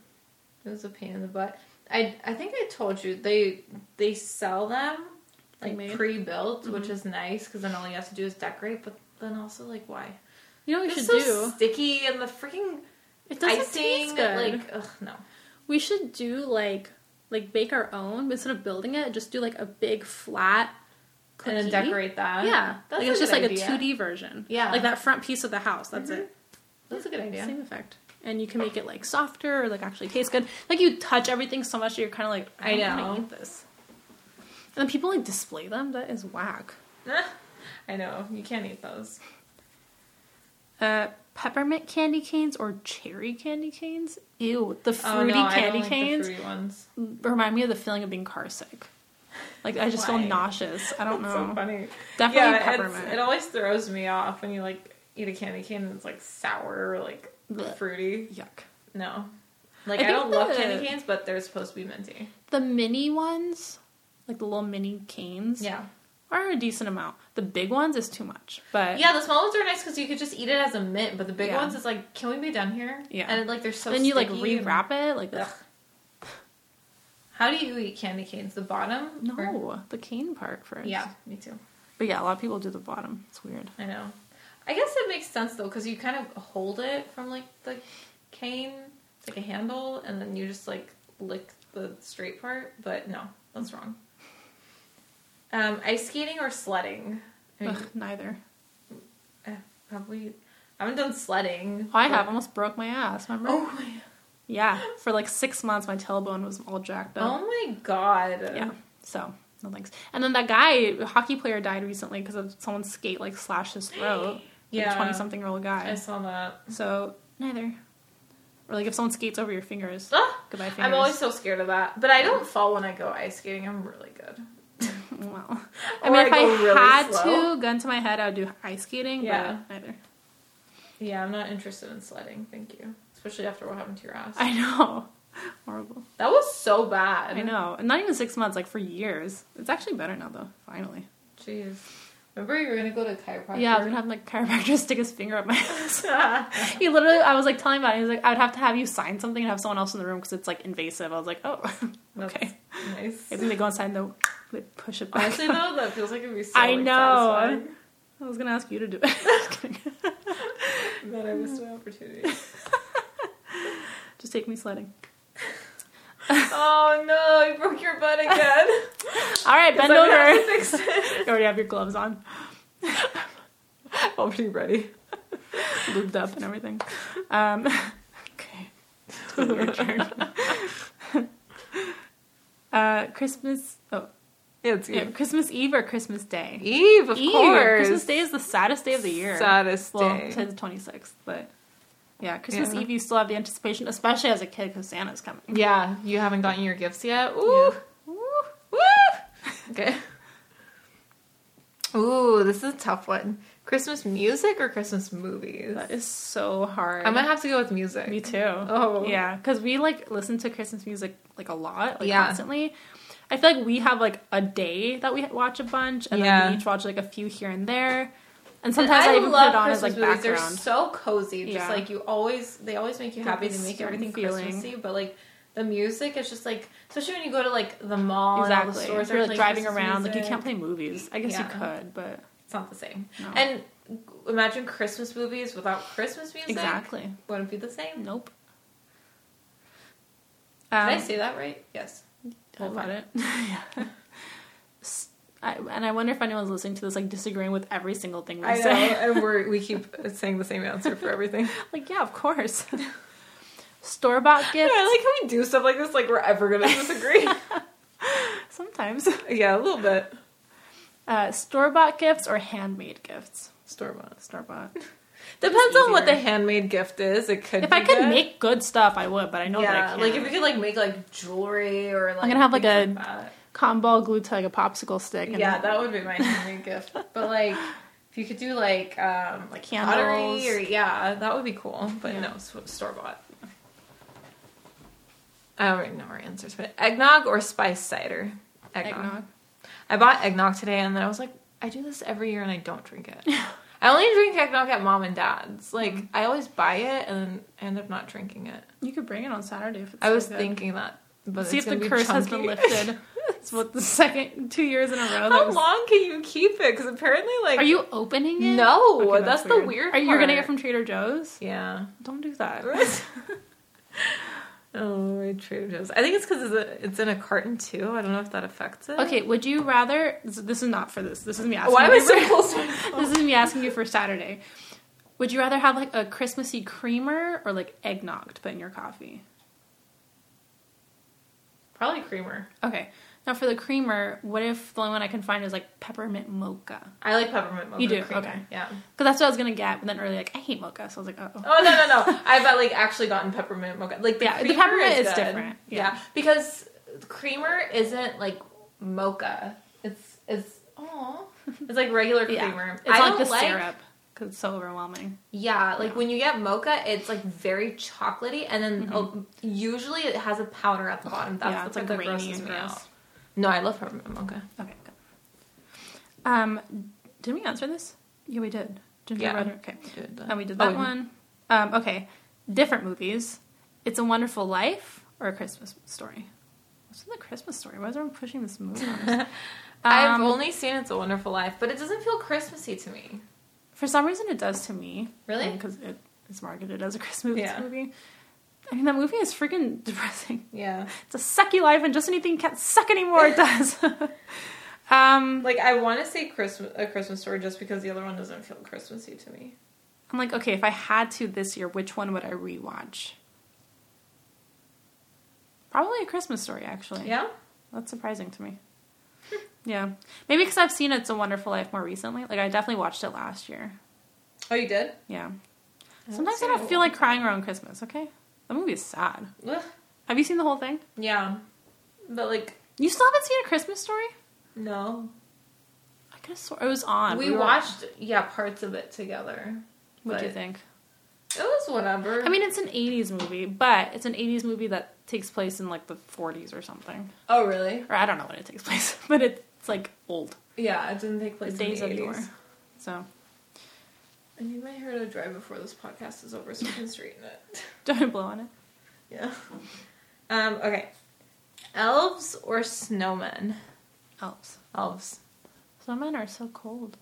S2: It was a pain in the butt. I I think I told you they they sell them like
S1: Pre-made?
S2: pre-built,
S1: Mm-hmm.
S2: which is nice because then all you have to do is decorate. But then also like why?
S1: You know what we
S2: It's
S1: should
S2: so
S1: do?
S2: sticky and the freaking
S1: It doesn't
S2: icing.
S1: taste good.
S2: Like ugh, no.
S1: We should do like like bake our own, but instead of building it, just do like a big flat cookie.
S2: And then decorate that.
S1: Yeah,
S2: that's
S1: like,
S2: a
S1: it's just
S2: good
S1: like
S2: idea.
S1: a two D version.
S2: Yeah.
S1: like that front piece of the house. That's
S2: Mhm.
S1: it.
S2: That's a good idea.
S1: Same effect. And you can make it like softer or like actually taste good. Like you touch everything so much that you're kind of like I,
S2: I
S1: don't want
S2: know.
S1: to eat this. And then people like display them. That is whack.
S2: I know you can't eat those.
S1: Uh, peppermint candy canes or cherry candy canes. Ew, the
S2: Oh,
S1: fruity
S2: no, I don't
S1: candy
S2: like the
S1: canes
S2: fruity ones.
S1: remind me of the feeling of being car sick. Like I just
S2: Why?
S1: feel nauseous. I don't
S2: That's
S1: know.
S2: so funny.
S1: Definitely
S2: yeah, it's-
S1: peppermint.
S2: It always throws me off when you like eat a candy cane and it's like sour or like
S1: Blech.
S2: fruity.
S1: Yuck.
S2: No. Like
S1: I
S2: I,
S1: think
S2: don't love
S1: the-
S2: candy canes, but they're supposed to be minty.
S1: The mini ones, like the little mini canes,
S2: Yeah.
S1: are a decent amount. The big ones is too much, but
S2: Yeah, the small ones are nice because you could just eat it as a mint, but the big
S1: Yeah.
S2: ones is like, can we be done here?
S1: Yeah.
S2: And like they're so
S1: then you like
S2: sticky and-
S1: rewrap it. Like
S2: Ugh. How do you eat candy canes? The bottom? Or-
S1: no, the cane part first.
S2: Yeah, me too.
S1: but yeah, a lot of people do the bottom. It's weird.
S2: I know. I guess it makes sense though because you kind of hold it from like the cane, it's like a handle, and then you just like lick the straight part. But no, that's wrong. Um, ice skating or sledding? I mean,
S1: Ugh, neither.
S2: eh, have we? I haven't done sledding.
S1: I have
S2: but-
S1: almost broke my ass. Remember?
S2: Oh my!
S1: Yeah, for like six months, my tailbone was all jacked up.
S2: Oh my god!
S1: Yeah, so no thanks. And then that guy, hockey player, died recently because of someone's skate like slashed his throat.
S2: Yeah.
S1: twenty something year old guy.
S2: I saw that.
S1: So neither. Or like if someone skates over your fingers,
S2: Ah!
S1: goodbye fingers.
S2: I'm always so scared of that, but I don't fall when I go ice skating. I'm really good.
S1: well. I
S2: Or
S1: mean, if
S2: I
S1: I,
S2: go really
S1: had
S2: slow.
S1: to, gun to my head, I would do ice skating.
S2: Yeah.
S1: but neither.
S2: Yeah, I'm not interested in sledding. Thank you, especially after what happened to your ass.
S1: I know, horrible.
S2: That was so bad.
S1: I know, and not even six months, like for years. It's actually better now though. Finally.
S2: Jeez. Remember you were gonna go to chiropractor?
S1: Yeah, I was gonna have like chiropractor stick his finger up my ass. he literally, I was like telling him about it. He was like, I would have to have you sign something and have someone else in the room because it's like invasive. I was like, oh, okay.
S2: nice.
S1: I think they go inside and they'll they push it back.
S2: Honestly though, that feels like it'd be so
S1: I
S2: like,
S1: know.
S2: satisfying
S1: I was gonna ask you to do it. Just kidding.
S2: that I missed my opportunity.
S1: Just take me sledding.
S2: oh no, you broke your butt again.
S1: All right, bend
S2: I'm gonna
S1: over.
S2: have to fix it.
S1: You already have your gloves on, Oh,
S2: Already ready.
S1: lubed up and everything. Um, okay. Totally your turn. uh, Christmas. Oh,
S2: Yeah, it's
S1: yeah, Christmas Eve or Christmas Day?
S2: Eve, of
S1: Eve.
S2: course.
S1: Christmas Day is the saddest day of the year.
S2: Saddest
S1: well,
S2: day.
S1: to the twenty sixth, but yeah, Christmas
S2: Yeah.
S1: Eve you still have the anticipation, especially as a kid, because Santa's coming.
S2: yeah, you haven't gotten your gifts yet. Ooh.
S1: Woo.
S2: Woo! Okay. Ooh, this is a tough one. Christmas music or Christmas movies?
S1: That is so hard.
S2: I'm gonna have to go with music.
S1: Me too.
S2: Oh.
S1: yeah, because we like listen to Christmas music like a lot, like
S2: Yeah.
S1: constantly. I feel like we have like a day that we watch a bunch, and
S2: Yeah.
S1: then we each watch like a few here and there. And
S2: And
S1: sometimes I, even put
S2: love
S1: it on as like
S2: Christmas movies.
S1: background.
S2: They're so cozy. Just
S1: Yeah.
S2: like you always, they always make you
S1: Get
S2: happy.
S1: the
S2: They make
S1: certain
S2: everything
S1: feeling.
S2: Christmassy. But like the music is just like, especially when you go to like the mall and all the
S1: exactly.
S2: stores.
S1: If you're like
S2: are playing
S1: driving
S2: Christmas
S1: around, like
S2: music.
S1: you can't play movies. I guess
S2: Yeah.
S1: you could, but
S2: It's not the same.
S1: No.
S2: And imagine Christmas movies without Christmas music.
S1: exactly.
S2: Wouldn't be the same.
S1: Nope.
S2: Did I
S1: Um,
S2: say that right? Yes.
S1: What about it? yeah. S- I, and I wonder if anyone's listening to this, like disagreeing with every single thing we
S2: I know,
S1: say.
S2: and we're, we keep saying the same answer for everything.
S1: like, yeah, of course. Store bought
S2: Yeah,
S1: gifts.
S2: I like how we do stuff like this, like we're ever gonna disagree.
S1: Sometimes.
S2: yeah, a little bit.
S1: Uh, Store bought gifts or handmade gifts.
S2: Store bought.
S1: Store bought.
S2: Depends on what the
S1: easier.
S2: handmade gift is. It could.
S1: If
S2: be
S1: I could
S2: good.
S1: make good stuff, I would, but I know that I
S2: yeah,
S1: can't.
S2: like if you could like make like jewelry or like.
S1: gonna have, like,
S2: things
S1: a-
S2: that.
S1: cotton ball glued to like a popsicle stick. And
S2: Yeah, that would be my handmade gift. But like, if you could do like um like
S1: Candles.
S2: pottery or yeah, that would be cool. But
S1: Yeah.
S2: no, store bought. I already know our answers, but eggnog or spice cider. Eggnog.
S1: eggnog.
S2: I bought eggnog today, and then I was like, I do this every year, and I don't drink it. I only drink eggnog at mom and dad's. Like,
S1: Mm-hmm.
S2: I always buy it, and then I end up not drinking it.
S1: You could bring it on Saturday if it's
S2: I
S1: so
S2: was
S1: good.
S2: thinking that, but
S1: See if
S2: it's
S1: the
S2: gonna be
S1: curse has been
S2: chunky.
S1: lifted. it's what the second two years in a row. That
S2: How
S1: was,
S2: long can you keep it? Because apparently, like,
S1: Are you opening it?
S2: No,
S1: Okay,
S2: that's, the weird.
S1: Are
S2: part.
S1: you you're gonna get from Trader Joe's?
S2: Yeah.
S1: Don't do that.
S2: oh, my Trader Joe's. I think it's because it's, a- it's in a carton too. I don't know if that affects it. Oh,
S1: Okay, would you rather? This this is not for this. This is me asking.
S2: Why am
S1: you
S2: I so
S1: for-
S2: close?
S1: This is me asking you for Saturday. Would you rather have like a Christmassy creamer or like eggnog to put in your coffee?
S2: Probably creamer.
S1: Okay. Now for the creamer, what if the only one I can find is like peppermint mocha?
S2: I like peppermint mocha.
S1: You do?
S2: creamer.
S1: Okay.
S2: Yeah.
S1: Because that's what I was gonna get, but then earlier like I hate mocha, so I was like, oh.
S2: Oh no no no! I've uh, like actually gotten peppermint mocha. Like the
S1: Yeah, the
S2: creamer
S1: peppermint
S2: is,
S1: is
S2: good.
S1: different.
S2: Yeah.
S1: Yeah.
S2: because creamer isn't like mocha. It's it's oh, it's like regular
S1: Yeah.
S2: creamer.
S1: It's
S2: I
S1: not
S2: don't
S1: like the syrup because it's so overwhelming.
S2: Yeah, like when you get mocha, it's like very chocolatey, and then oh, usually it has a powder at the bottom. That's
S1: yeah,
S2: the
S1: it's like
S2: part that
S1: grainy
S2: grosses
S1: and
S2: me
S1: gross.
S2: out. No, I love peppermint mocha.
S1: Okay, good. Um, did we answer this? Yeah, we did. Ginger
S2: Yeah.
S1: Brother. Okay,
S2: Dude,
S1: and we did
S2: oh,
S1: that one. Um, okay, different movies. It's a Wonderful Life or a Christmas Story. What's in the Christmas Story? Why is everyone pushing this movie? on us?
S2: I've
S1: Um,
S2: only seen It's a Wonderful Life, but it doesn't feel Christmassy to me.
S1: For some reason, it does to me.
S2: Really?
S1: Because it is marketed as a Christmas
S2: Yeah.
S1: movie. I mean, that movie is freaking depressing.
S2: Yeah,
S1: It's a sucky life, and just anything can't suck anymore. It does. um,
S2: like I want to say Christmas, a Christmas story, just because the other one doesn't feel Christmassy to me.
S1: I'm like, okay, if I had to this year, which one would I rewatch? Probably a Christmas story, actually.
S2: Yeah,
S1: That's surprising to me. yeah. Maybe because I've seen It's a Wonderful Life more recently. Like, I definitely watched it last year.
S2: oh, you did.
S1: Yeah.
S2: I
S1: Sometimes I
S2: haven't
S1: don't
S2: seen
S1: feel
S2: it.
S1: like crying around Christmas, okay? That movie is sad.
S2: Ugh.
S1: Have you seen the whole thing?
S2: Yeah, but like
S1: You still haven't seen A Christmas Story?
S2: no,
S1: I could have sworn it was on.
S2: we,
S1: were-
S2: watched yeah parts of it together.
S1: What do you
S2: but
S1: think?
S2: It was whatever.
S1: I mean, it's an 80s movie, but it's an 80s movie that takes place in like the 40s or something.
S2: oh really?
S1: or I don't know when it takes place, but it's like old.
S2: Yeah, it didn't take place
S1: It's
S2: in
S1: days
S2: the 80s.
S1: anymore. So
S2: I need my hair to dry before this podcast is over so I can straighten it.
S1: don't blow on it.
S2: Yeah. Um, okay. Elves or snowmen?
S1: Helps.
S2: Elves.
S1: Snowmen are so cold.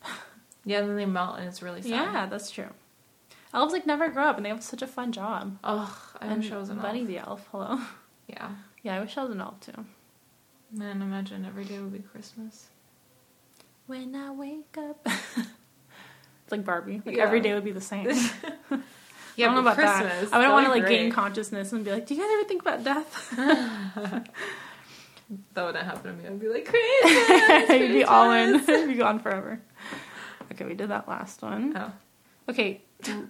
S2: Yeah, then they melt and it's really sad.
S1: Yeah, that's true. Elves like never grow up, and they have such a fun job.
S2: Ugh, I
S1: and
S2: wish I was an
S1: Bunny
S2: elf.
S1: the elf. Hello.
S2: Yeah.
S1: Yeah, I wish I was an elf too.
S2: Man, imagine every day would be Christmas.
S1: When I wake up, it's like Barbie. Like
S2: Yeah.
S1: every day would be the same.
S2: yeah,
S1: I don't know about
S2: Christmas.
S1: that. I wouldn't want to like
S2: gain
S1: gain consciousness and be like, "Do you guys ever think about death?"
S2: That wouldn't happen to me. I'd be like, Christmas!
S1: You'd be all in.
S2: Christmas."
S1: You'd be gone forever. Okay, we did that last one.
S2: Oh.
S1: Okay,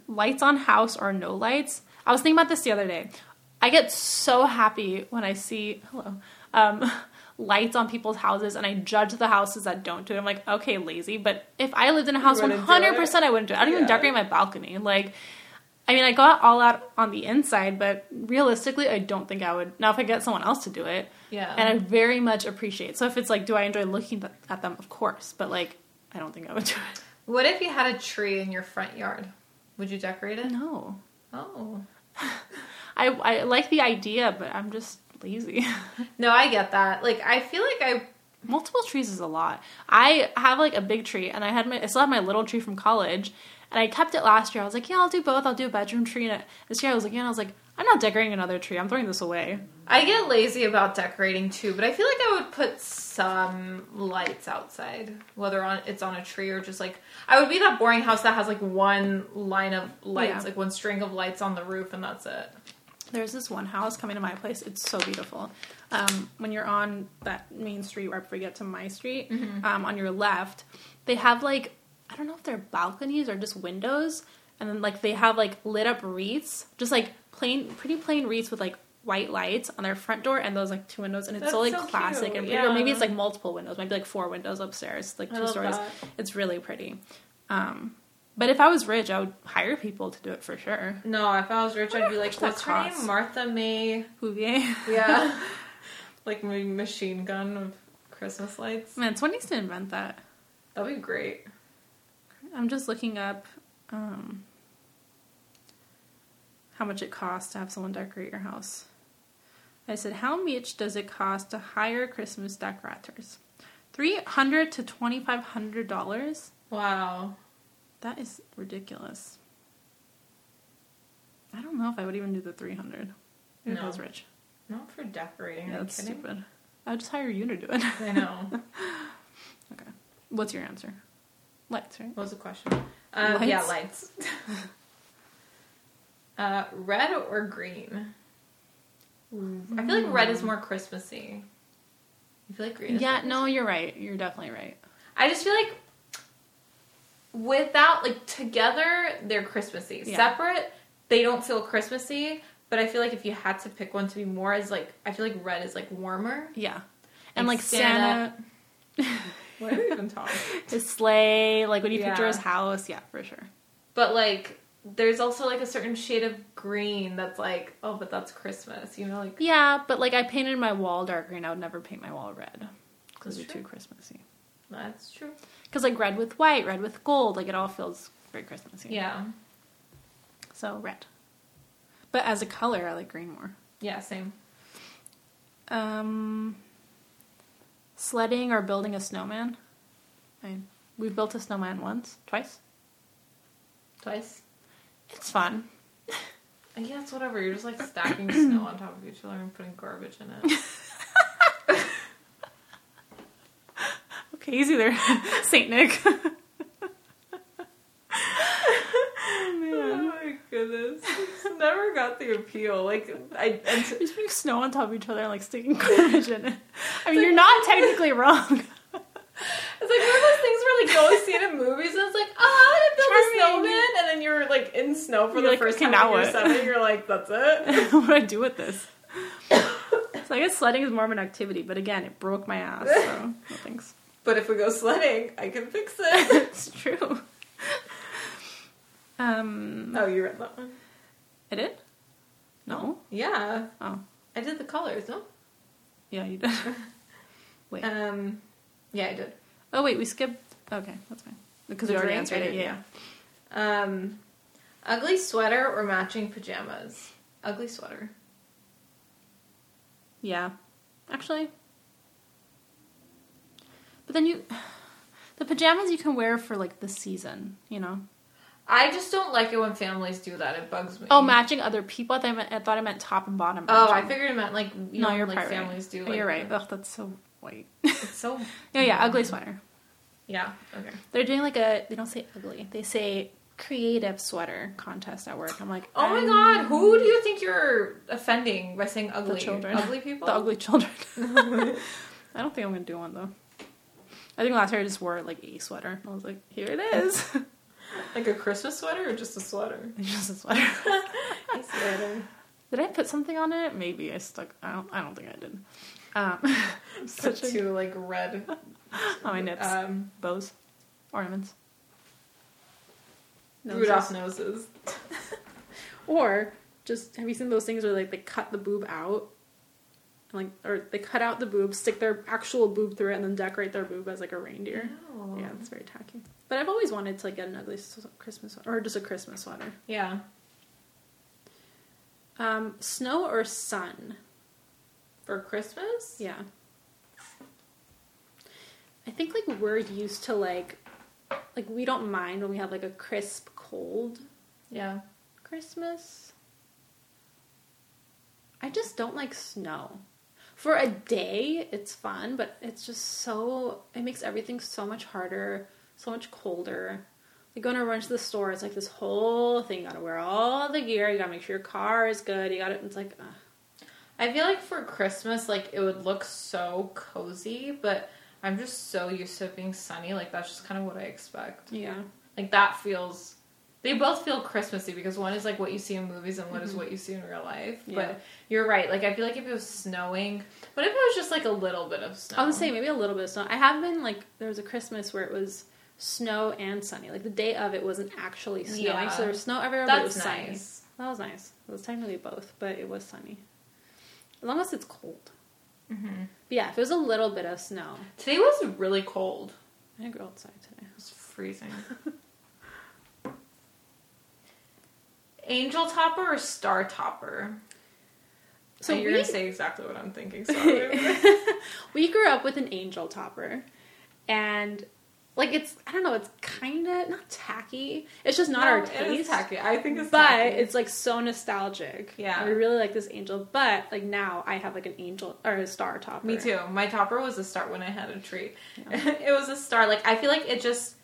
S1: lights on house or no lights? I was thinking about this the other day. I get so happy when I see hello um, lights on people's houses, and I judge the houses that don't do it. I'm like, okay, lazy. But if I lived in a house,
S2: wouldn't do
S1: 100 percent, I wouldn't do it. I don't even
S2: Yeah.
S1: decorate my balcony. Like, I mean, I got all out on the inside, but realistically, I don't think I would. Now, if I get someone else to do it,
S2: Yeah.
S1: and I very much appreciate. So if it's like, do I enjoy looking th- at them? Of course, but like, I don't think I would do it.
S2: What if you had a tree in your front yard? Would you decorate it?
S1: No.
S2: Oh.
S1: I, I like the idea, but I'm just lazy.
S2: No, I get that. Like, I feel like I
S1: multiple trees is a lot. I have like a big tree, and I had my I still have my little tree from college, and I kept it last year. I was like, yeah, I'll do both. I'll do a bedroom tree. And it- this year I was looking, and I was like, I'm not decorating another tree. I'm throwing this away.
S2: I get lazy about decorating too, but I feel like I would put some lights outside, whether on it's on a tree or just like I would be that boring house that has like one line of lights,
S1: Yeah.
S2: like one string of lights on the roof, and that's it.
S1: There's this one house coming to my place. It's so beautiful. Um, when you're on that main street right before you get to my street,
S2: Mm-hmm.
S1: um, on your left, they have like I don't know if they're balconies or just windows, and then like they have like lit up wreaths, just like plain, pretty plain wreaths with like white lights on their front door and those like two windows, and it's so
S2: That's
S1: like
S2: so
S1: classic
S2: cute,
S1: and pretty. Or maybe
S2: yeah.
S1: it's like multiple windows, maybe like four windows upstairs, like
S2: I
S1: two
S2: love
S1: stories.
S2: that.
S1: It's really pretty. Um, but if I was rich, I would hire people to do it for sure.
S2: No, if I was rich, I'd be like,
S1: much that
S2: what's her
S1: costs.
S2: name? Martha May.
S1: Bouvier.
S2: Yeah, like maybe machine gun of Christmas lights.
S1: Man, someone needs to invent that.
S2: That'd be great.
S1: I'm just looking up um, how much it costs to have someone decorate your house. I said, how much does it cost to hire Christmas decorators? Three hundred to twenty five hundred dollars.
S2: Wow.
S1: That is ridiculous. I don't know if I would even do the three hundred. If I
S2: No.
S1: was rich,
S2: Not for decorating.
S1: yeah,
S2: Are you
S1: that's
S2: kidding?
S1: stupid. I would just hire you to do it.
S2: I know.
S1: okay, what's your answer? Lights, right?
S2: What was the question? Um, Yeah, lights. uh, red or green? I feel like red is more Christmassy. I feel like green. Is
S1: Yeah, no, you're right. You're definitely right.
S2: I just feel like without like together they're Christmassy.
S1: Yeah.
S2: Separate they don't feel Christmassy. But I feel like if you had to pick one to be more, is like I feel like red is like warmer.
S1: Yeah. And
S2: Like
S1: like Santa,
S2: What are we even talking?
S1: his sleigh, like when you picture
S2: Yeah.
S1: his house, yeah, for sure.
S2: But like, there's also like a certain shade of green that's like, oh, but that's Christmas. You know, like
S1: Yeah, but like I painted my wall dark green. I would never paint my wall red because they're
S2: That's
S1: too
S2: true.
S1: Christmassy.
S2: that's true.
S1: Because like red with white, red with gold, like it all feels very Christmassy.
S2: Yeah,
S1: So red. But as a color, I like green more.
S2: yeah, same.
S1: Um, sledding or building a snowman. I mean, we built a snowman once, twice.
S2: Twice.
S1: It's fun.
S2: I guess whatever. You're just like stacking snow on top of each other and putting garbage in it.
S1: Okay, easy there, Saint Nick.
S2: oh my goodness! It's never got the appeal. Like I. And
S1: You're just putting snow on top of each other and like sticking garbage in it. I mean, you're not technically wrong.
S2: It's like one of those things where like you always see it in movies, and it's like, oh, how did I
S1: Charming.
S2: build a snowman? And then you're like in snow for
S1: You're
S2: the
S1: like,
S2: first
S1: okay,
S2: time.
S1: now
S2: Now you're
S1: what?
S2: seven. You're like, that's it.
S1: what do I do with this? so I guess sledding is more of an activity, but again, it broke my ass. So no thanks.
S2: But if we go sledding, I can fix it.
S1: It's true. Um,
S2: oh, you read that one.
S1: I did. No.
S2: Yeah,
S1: Oh,
S2: I did the colors. No.
S1: yeah, you did. Wait.
S2: Um, yeah, I did.
S1: Oh wait, we skipped. Okay, that's fine because we
S2: The
S1: already
S2: drink?
S1: answered
S2: I
S1: it.
S2: didn't-
S1: Yeah.
S2: Um, ugly sweater or matching pajamas? Ugly sweater.
S1: Yeah. Actually. But then you the pajamas you can wear for like the season, you know.
S2: I just don't like it when families do that. It bugs me.
S1: Oh, matching other people. I thought I, meant, I thought I meant top and bottom.
S2: Oh, I
S1: matching.
S2: figured it meant like you
S1: no,
S2: know,
S1: you're
S2: like
S1: probably
S2: families
S1: right.
S2: do.
S1: Oh,
S2: Like,
S1: you're right.
S2: the-
S1: Ugh, that's so white.
S2: It's so
S1: Yeah, yeah. Ugly sweater.
S2: yeah. Okay.
S1: They're doing like a. They don't say ugly. They say creative sweater contest at work. I'm like,
S2: Oh my
S1: I'm
S2: god, who do you think you're offending by saying ugly?
S1: children.
S2: Ugly people?
S1: The ugly children. I don't think I'm gonna do one though. I think last year I just wore like a sweater. I was like, here it is.
S2: Like a Christmas sweater or just a sweater?
S1: it's just a sweater.
S2: a sweater.
S1: Did I put something on it? Maybe I stuck. I don't. I don't think I did. Um,
S2: Such
S1: such a,
S2: two like red
S1: oh, my nips,
S2: um
S1: bows, ornaments,
S2: Rudolph noses.
S1: or just have you seen those things where like they cut the boob out, and, like or they cut out the boob, stick their actual boob through it, and then decorate their boob as like a reindeer.
S2: Oh.
S1: Yeah, it's very tacky. But I've always wanted to like get an ugly s- Christmas or just a Christmas sweater.
S2: Yeah.
S1: Um, snow or sun?
S2: For Christmas?
S1: Yeah. I think like we're used to like like we don't mind when we have like a crisp cold
S2: Yeah.
S1: Christmas. I just don't like snow. For a day, it's fun, but it's just so it makes everything so much harder, so much colder. Like going to run to the store, it's like this whole thing. You gotta wear all the gear. You gotta make sure your car is good. You gotta. It's like ugh.
S2: I feel like for Christmas, like it would look so cozy, but I'm just so used to it being sunny. Like that's just kind of what I expect.
S1: yeah,
S2: Like that feels. They both feel Christmassy because one is like what you see in movies and one is
S1: Mhm.
S2: what you see in real life.
S1: Yeah.
S2: But you're right. Like I feel like if it was snowing, what if it was just like a little bit of snow?
S1: I would say maybe a little bit of snow. I have been like there was a Christmas where it was snow and sunny. Like the day of it wasn't actually snowing,
S2: Yeah.
S1: so there was snow everywhere. but it was
S2: that's
S1: sunny.
S2: nice.
S1: That was nice. It was technically both, but it was sunny. As long as it's cold.
S2: hmm
S1: But yeah, if it was a little bit of snow,
S2: Today was really cold.
S1: I didn't go outside today.
S2: It's freezing. Angel topper or star topper?
S1: So
S2: So Oh, you're
S1: we,
S2: gonna say exactly what I'm thinking. Sorry.
S1: we grew up with an angel topper, and like it's I don't know, it's kind of not tacky. It's just not
S2: No,
S1: our
S2: it is
S1: taste.
S2: tacky. I think it's
S1: but
S2: tacky.
S1: it's like so nostalgic.
S2: Yeah.
S1: I really like this angel. But like now, I have like an angel or a star topper.
S2: me too. My topper was a star when I had a tree.
S1: Yeah.
S2: it was a star. Like I feel like it just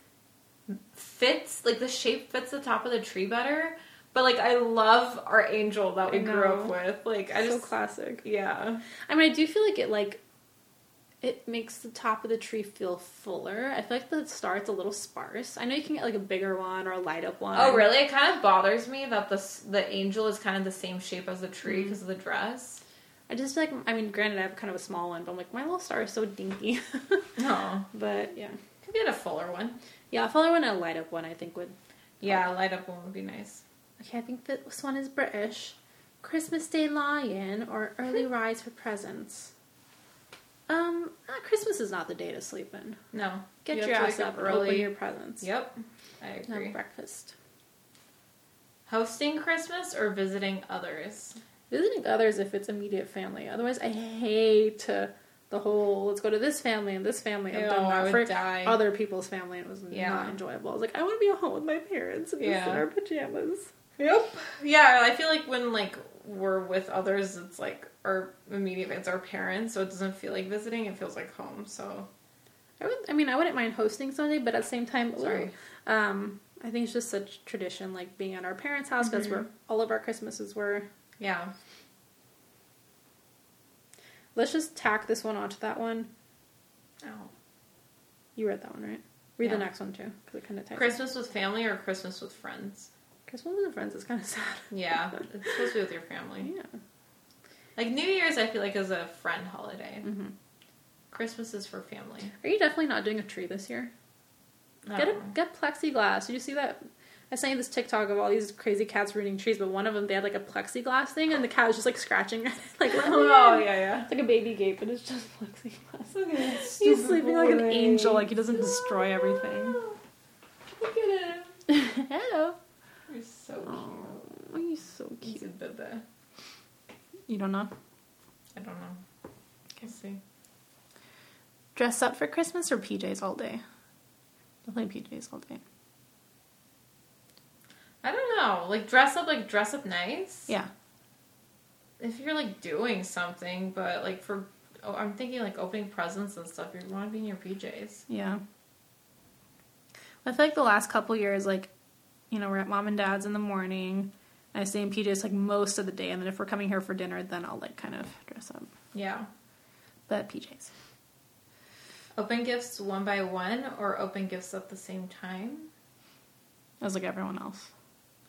S2: fits. Like the shape fits the top of the tree better. But like I love our angel that we
S1: I
S2: grew up
S1: know.
S2: with. Like I
S1: so
S2: just
S1: classic.
S2: yeah.
S1: I mean, I do feel like it like it makes the top of the tree feel fuller. I feel like the star's a little sparse. I know you can get like a bigger one or a light up one.
S2: Oh really? It kind of bothers me that the s- the angel is kind of the same shape as the tree because of the dress.
S1: I just feel like I mean, granted, I have kind of a small one, but I'm like my little star is so dinky.
S2: No,
S1: but yeah,
S2: could get a fuller one.
S1: yeah, a fuller one and a light up one, I think would.
S2: Yeah, a light up one would be nice.
S1: Okay, I think that this one is British. Christmas Day lion or early
S2: Hmm.
S1: rise for presents. Um, uh, Christmas is not the day to sleep in.
S2: No,
S1: Get
S2: You
S1: your
S2: have to
S1: ass
S2: wake
S1: up and open your presents.
S2: Yep, I
S1: And
S2: agree.
S1: have breakfast.
S2: Hosting Christmas or visiting others?
S1: visiting others if it's immediate family. Otherwise, I hate uh, the whole let's go to this family and this family. I've done
S2: Ew, I
S1: that
S2: would
S1: for
S2: die.
S1: other people's family. and It was
S2: Yeah.
S1: not enjoyable. I was like, I want to be home with my parents and just
S2: Yeah.
S1: in our pajamas.
S2: Yep. Yeah, I feel like when like we're with others, it's like our immediate it's our parents, so it doesn't feel like visiting. It feels like home. So
S1: I would. I mean, I wouldn't mind hosting someday, but at the same time, ooh,
S2: Sorry.
S1: um, I think it's just such tradition, like being at our parents' house because
S2: Mhm.
S1: where all of our Christmases were.
S2: yeah,
S1: Let's just tack this one onto that one.
S2: Oh,
S1: You read that one, right? Read
S2: Yeah.
S1: the next one too, because it kind of ties.
S2: Christmas with family or Christmas with friends.
S1: Christmas with friends is kind of sad.
S2: Yeah, it's supposed to be with your family.
S1: Yeah.
S2: Like New Year's, I feel like is a friend holiday.
S1: hmm
S2: Christmas is for family.
S1: Are you definitely not doing a tree this year?
S2: I
S1: Get a,
S2: don't know.
S1: get plexiglass. Did you see that? I sent you this TikTok of all these crazy cats ruining trees, but one of them they had like a plexiglass thing, and the cat was just like scratching at it, like let me
S2: oh
S1: in.
S2: yeah, yeah.
S1: It's like a baby gate, but it's just plexiglass.
S2: Okay,
S1: He's sleeping like an angel, like he doesn't destroy everything.
S2: Look at him.
S1: Hello.
S2: You're so cute.
S1: Oh, you so
S2: He's a
S1: cute.
S2: bebe.
S1: You don't know.
S2: I don't know. Can't see.
S1: Dress up for Christmas or PJs all day? Definitely PJs all day.
S2: I don't know. Like dress up, like dress up nice.
S1: Yeah.
S2: If you're like doing something, but like for, oh, I'm thinking like opening presents and stuff. You want to be in your PJs.
S1: Yeah. I feel like the last couple years, like, you know, we're at mom and dad's in the morning. I stay in PJs like most of the day, and then if we're coming here for dinner, then I'll like kind of dress up.
S2: Yeah.
S1: But PJs.
S2: Open gifts one by one or open gifts at the same time.
S1: I was like everyone else.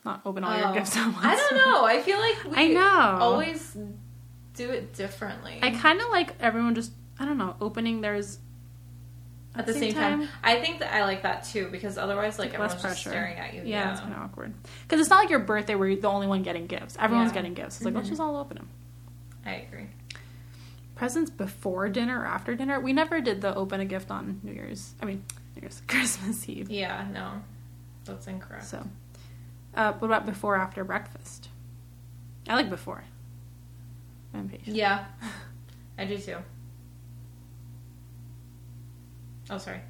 S1: Not open all your
S2: Oh.
S1: gifts at once.
S2: I don't know. I feel like we
S1: I know.
S2: always do it differently.
S1: I kind of like everyone just, I don't know, opening theirs
S2: at the same, time. I think that I like that too because otherwise, like
S1: Less
S2: everyone's just
S1: pressure.
S2: staring at you.
S1: Yeah, it's kind of awkward. Because it's not like your birthday where you're the only one getting gifts. Everyone's
S2: Yeah.
S1: getting gifts. It's like, let's
S2: Mhm.
S1: just all open them.
S2: I agree.
S1: presents before dinner or after dinner. We never did the open a gift on New Year's. I mean, New Year's Christmas Eve.
S2: Yeah. No, that's incorrect.
S1: So, uh, what about before or after breakfast? I like before. I'm patient.
S2: Yeah, I do too. Oh, sorry.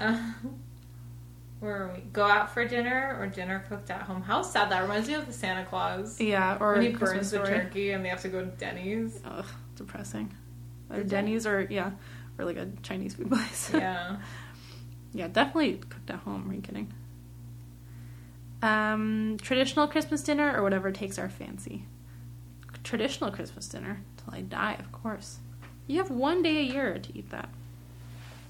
S2: Uh, where are we? Go out for dinner or dinner cooked at home? How sad that reminds me of the Santa Claus.
S1: Yeah, or
S2: when he
S1: Christmas
S2: burns the
S1: story.
S2: turkey and they have to go to Denny's.
S1: Ugh, depressing. Or
S2: Is it?
S1: Denny's or yeah, or like a Chinese food place.
S2: Yeah.
S1: Yeah, definitely cooked at home. Are you kidding? Um, traditional Christmas dinner or whatever takes our fancy. Traditional Christmas dinner till I die, of course. You have one day a year to eat that.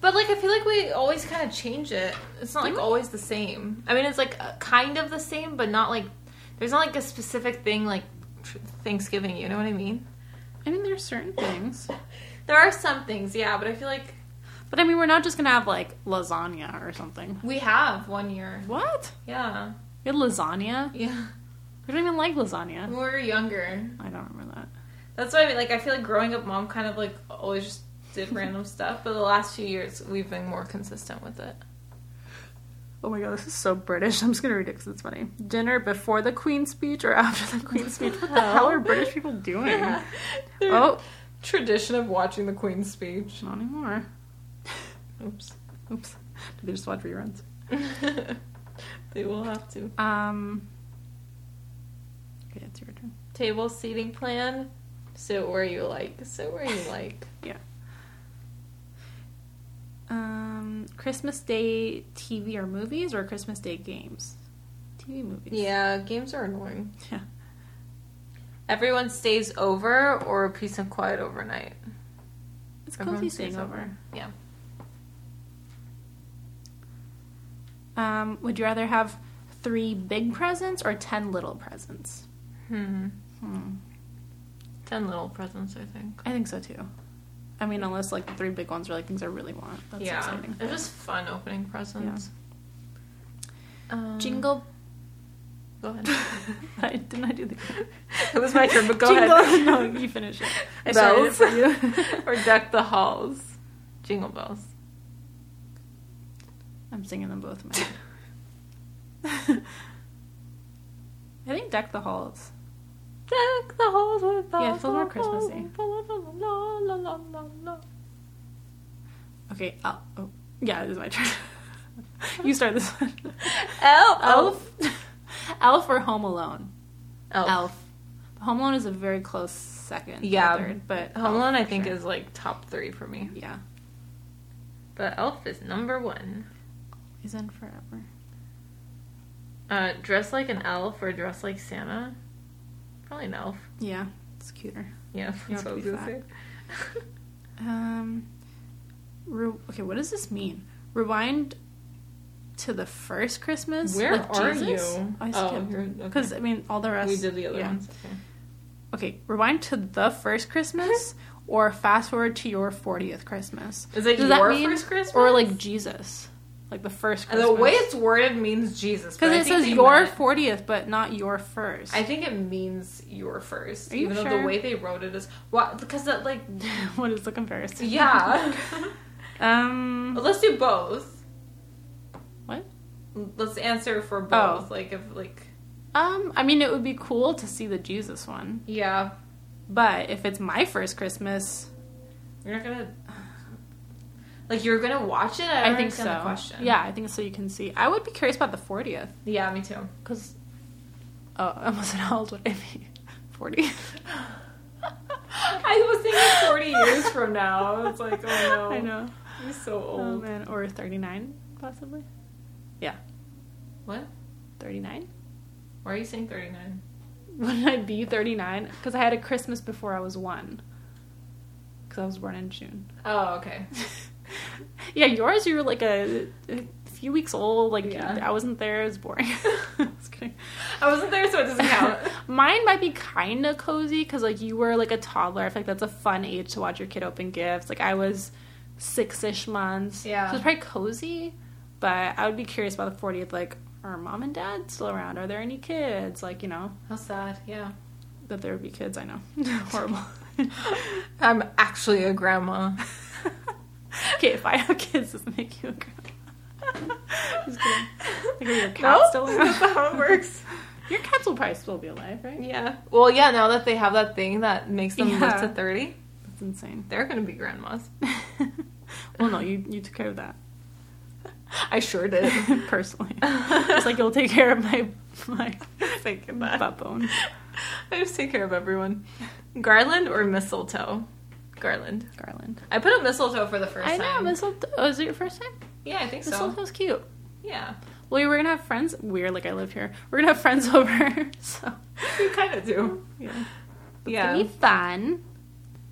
S2: But like I feel like we always kind of change it. It's not
S1: Do
S2: like
S1: we?
S2: always the same. I mean, it's like uh, kind of the same, but not like there's not like a specific thing like tr- Thanksgiving. You know what I mean?
S1: I mean, there's certain things,
S2: There are some things, yeah, but I feel like
S1: but I mean, we're not just gonna have like lasagna or something.
S2: we have one year.
S1: What?
S2: Yeah,
S1: We had lasagna?
S2: yeah.
S1: We don't even like
S2: When
S1: lasagna.
S2: we were younger,
S1: I don't remember that.
S2: that's what I mean. Like I feel like growing up, mom kind of like always just did random stuff. But the last few years, we've been more consistent with it.
S1: Oh my god, this is so British. I'm just gonna read it because it's funny. Dinner before the Queen's speech or after the Queen's speech? What the hell are British people doing?
S2: oh,
S1: Oh,
S2: tradition of watching the Queen's speech.
S1: not anymore.
S2: Oops.
S1: Oops. Did they just watch reruns?
S2: they will have to.
S1: Um. Okay, it's your turn.
S2: Table seating plan. Sit where you like. Sit where you like.
S1: Yeah. Um, Christmas Day TV or movies or Christmas Day games? TV movies.
S2: Yeah, games are annoying.
S1: Yeah.
S2: Everyone stays over or peace and quiet overnight.
S1: It's
S2: Everyone
S1: cozy
S2: stays
S1: staying over.
S2: Yeah.
S1: Um, would you rather have three big presents or ten little presents?
S2: Hmm.
S1: Hmm.
S2: Ten little presents, I think.
S1: I think so too. I mean, unless like the three big ones are like things I really want. That's
S2: yeah.
S1: exciting.
S2: It's just fun opening presents. Um,
S1: Jingle.
S2: Go ahead.
S1: I didn't I do the.
S2: it was my turn, but go
S1: Jingle.
S2: ahead.
S1: No, you finish it. I started it
S2: Bells.
S1: for you.
S2: or deck the halls. Jingle bells.
S1: I'm singing them both in my head. I think Deck the Halls.
S2: Deck the halls with bells.
S1: Yeah, it's a little more Christmassy.
S2: La, la, la, la, la.
S1: Okay, oh, oh. yeah, it is my turn. you start this one.
S2: Elf.
S1: Elf. Elf or Home Alone?
S2: Elf.
S1: Home Alone is a very close second. or
S2: Yeah.
S1: Third, but
S2: Home
S1: Elf
S2: Alone, I
S1: for
S2: think,
S1: sure.
S2: is like top three for me.
S1: Yeah.
S2: But Elf is number one.
S1: He's in forever.
S2: Uh, dress like an elf or dress like Santa? Probably an elf.
S1: Yeah, it's cuter.
S2: Yeah,
S1: You
S2: that's what
S1: have
S2: I was
S1: to
S2: gonna
S1: be
S2: say.
S1: Um, re- okay, what does this mean? Rewind to the first Christmas.
S2: Where
S1: like
S2: are
S1: Jesus?
S2: you?
S1: I
S2: Oh,
S1: skipped
S2: you're- okay.
S1: because I mean all the rest.
S2: we did the other
S1: yeah.
S2: ones. Okay.
S1: Okay, rewind to the first Christmas, or fast forward to your fortieth Christmas.
S2: Is it
S1: Does that
S2: your
S1: mean-
S2: first Christmas?
S1: Or like Jesus, like the first
S2: And
S1: Christmas.
S2: the way it's worded means Jesus. but
S1: because
S2: I
S1: it
S2: think
S1: says
S2: they
S1: your
S2: meant-
S1: fortieth, but not your first.
S2: I think it means your first,
S1: Are you
S2: even though the
S1: sure?
S2: way they wrote it is what because that like
S1: what is the comparison?
S2: yeah.
S1: um.
S2: Let's do both.
S1: What?
S2: Let's answer for
S1: Oh.
S2: both. Like if like
S1: Um. I mean, it would be cool to see the Jesus one.
S2: yeah,
S1: But if it's my first Christmas,
S2: you're not gonna like you're gonna watch it. I,
S1: I,
S2: don't
S1: think so.
S2: understand The question.
S1: Yeah, I think so. You can see. I would be curious about the fortieth
S2: Yeah. Me too.
S1: because oh, I wasn't how old would I be? Forty.
S2: I was thinking 40 years from now. It's like, oh no.
S1: I know.
S2: You're so old.
S1: Oh man, or thirty nine possibly. Yeah,
S2: What?
S1: thirty nine.
S2: Why are you saying 39?
S1: Wouldn't I be thirty nine? Because I had a Christmas before I was one. Because I was born in June.
S2: Oh, okay.
S1: yeah, yours you were like a, a few weeks old. Like
S2: Yeah.
S1: I wasn't there. It was boring. Just kidding.
S2: I wasn't there, so it doesn't count.
S1: Mine might be kind of cozy because like you were like a toddler. I feel like that's a fun age to watch your kid open gifts. Like I was six-ish months.
S2: Yeah.
S1: so it's probably cozy. But I would be curious about the fortieth. Like, are mom and dad still around? Are there any kids? Like, you know,
S2: How sad, yeah.
S1: that there would be kids. I know, horrible.
S2: I'm actually a grandma.
S1: okay, if I have kids, does it make you a grandma? Just kidding. Like, are your cats
S2: No?
S1: still around?
S2: That's not how it works.
S1: Your cats will probably still be alive, right?
S2: Yeah. Well, yeah, now that they have that thing that makes them live
S1: Yeah.
S2: to 30,
S1: That's insane.
S2: they're going to be grandmas.
S1: well, no, you you took care of that. I sure did personally. It's like you'll take care of my my
S2: Think about it.
S1: butt bone.
S2: I just take care of everyone. Garland or mistletoe? Garland.
S1: Garland.
S2: I put up mistletoe for the first
S1: I know
S2: time.
S1: mistletoe. Oh, is it your first time?
S2: yeah, I think so.
S1: Mistletoe's cute.
S2: Yeah.
S1: Well, we were gonna have friends. Weird, like I live here. We're gonna have friends over, so
S2: You kind of do.
S1: yeah,
S2: Yeah.
S1: It'd be fun.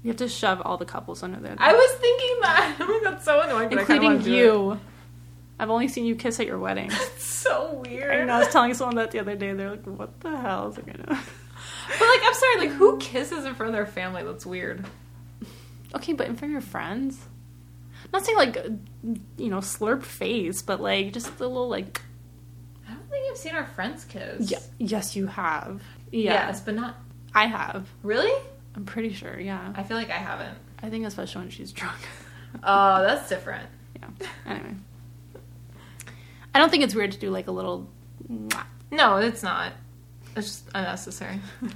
S1: You have to shove all the couples under there,
S2: I was thinking that. I mean, that's so annoying. but I kinda wanna
S1: including
S2: do it.
S1: you. I've only seen you kiss at your wedding.
S2: It's so weird.
S1: I know. I was telling someone that the other day. They're like, "What the hell is it gonna?"
S2: But like, I'm sorry. Like, who kisses in front of their family? That's weird.
S1: Okay, but in front of your friends. Not saying like, you know, slurp face, but like just a little like.
S2: I don't think I've seen our friends kiss.
S1: Yeah, yes, you have. Yeah,
S2: Yes, but not
S1: I have.
S2: really.
S1: I'm pretty sure. Yeah,
S2: I feel like I haven't.
S1: I think especially when she's drunk.
S2: Oh, that's different.
S1: yeah. Anyway, I don't think it's weird to do like a little. mwah.
S2: No, it's not. It's just unnecessary.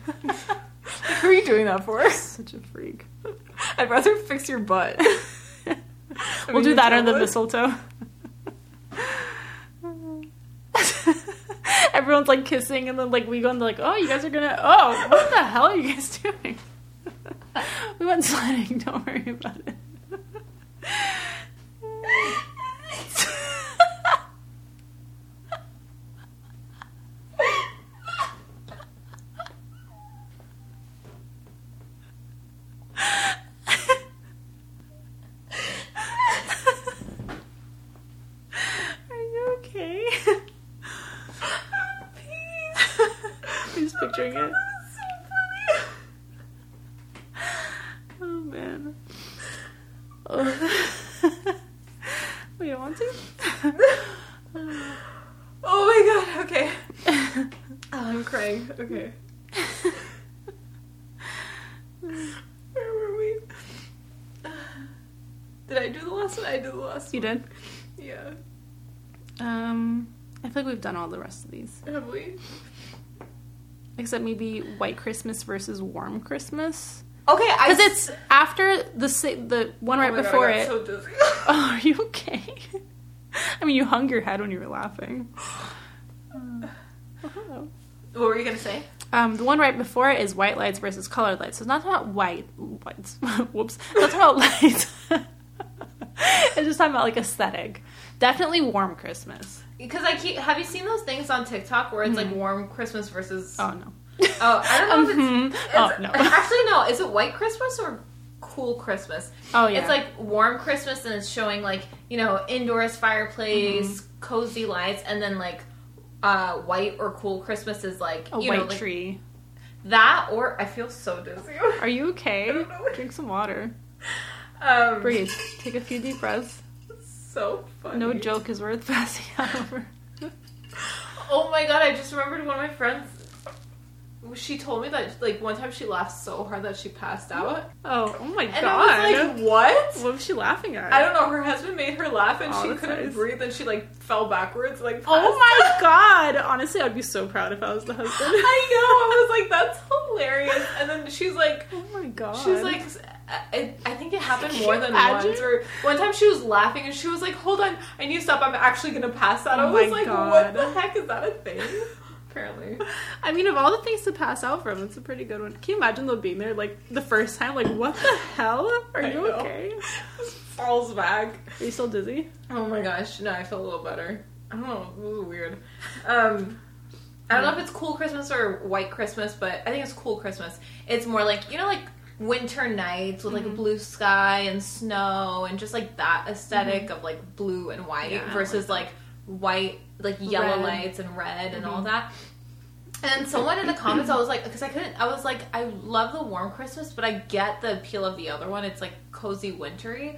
S1: Who are you doing that for? Such a freak.
S2: I'd rather fix your butt.
S1: we'll do
S2: you
S1: that on the
S2: tell us?
S1: mistletoe. Everyone's like kissing, and then like we go and like, oh, you guys are gonna, oh, what the hell are you guys doing? we went sledding. Don't worry about it. Are you okay? I'm just picturing it. Oh man. Oh. we don't want to.
S2: oh my god. Okay. Oh, I'm crying. Okay. Where were we? Did I do the last one? I did the last
S1: you did.
S2: one. Yeah.
S1: Um, I feel like we've done all the rest of these,
S2: Have we?
S1: except maybe White Christmas versus Warm Christmas,
S2: Okay, I. Oh
S1: because it's after the si- the one right before it. oh, are you okay? I mean, you hung your head when you were laughing. Uh, hello.
S2: what were you gonna say?
S1: Um, the one right before it is white lights versus colored lights. So it's not about white lights. Whoops. It's not about lights. it's just talking about like aesthetic. Definitely warm Christmas.
S2: Because I keep. Have you seen those things on TikTok where it's like warm Christmas versus?
S1: Mm-hmm. Oh no.
S2: Oh, I don't know if it's-
S1: Mhm.
S2: it's-
S1: Oh no.
S2: Actually, no. Is it white Christmas or cool Christmas?
S1: Oh yeah.
S2: It's like warm Christmas and it's showing like you know indoors fireplace,
S1: Mm-hmm.
S2: cozy lights, and then like uh white or cool Christmas is like
S1: a
S2: you
S1: white
S2: know like
S1: tree.
S2: that or I feel so dizzy.
S1: Are you okay?
S2: I don't know.
S1: Drink some water.
S2: um,
S1: Breathe. Take a few deep breaths.
S2: So funny.
S1: No joke is worth passing out over.
S2: Oh my god! I just remembered one of my friends. She told me that like one time she laughed so hard that she passed out,
S1: Oh, oh my
S2: and
S1: god.
S2: I was like, "What?"
S1: what was she laughing at?
S2: I don't know. Her husband made her laugh, and
S1: Oh,
S2: she
S1: that's
S2: couldn't
S1: nice.
S2: breathe, and she like fell backwards. Like,
S1: Oh
S2: passed
S1: my
S2: out.
S1: god! Honestly, I'd be so proud if I was the husband.
S2: I know. I was like, "That's hilarious." And then she's like,
S1: Oh my god.
S2: she's like, I, I think it happened
S1: Can
S2: more
S1: you
S2: than
S1: imagine?
S2: once. Or one time she was laughing, and she was like, "Hold on, I need to stop. I'm actually gonna pass out."
S1: Oh
S2: I was
S1: my
S2: like,
S1: God.
S2: "What the heck is that a thing?" Apparently.
S1: I mean, of all the things to pass out from, it's a pretty good one. Can you imagine though being there like the first time? Like, what the hell? Are
S2: I
S1: you
S2: know.
S1: okay?
S2: falls back.
S1: Are you still dizzy?
S2: Oh my gosh, no, I feel a little better. I don't know, it was weird. Um, I don't know if it's cool Christmas or white Christmas, but I think it's cool Christmas. It's more like, you know, like winter nights with like
S1: Mm-hmm.
S2: a blue sky and snow and just like that esthetic of like blue and white
S1: Mm-hmm. Yeah, I
S2: versus like, white, like yellow
S1: Red. Mm-hmm.
S2: lights and red and all that. And someone in the comments, I was like, because I couldn't, I was like, I love the warm Christmas, but I get the appeal of the other one. It's like cozy, wintry.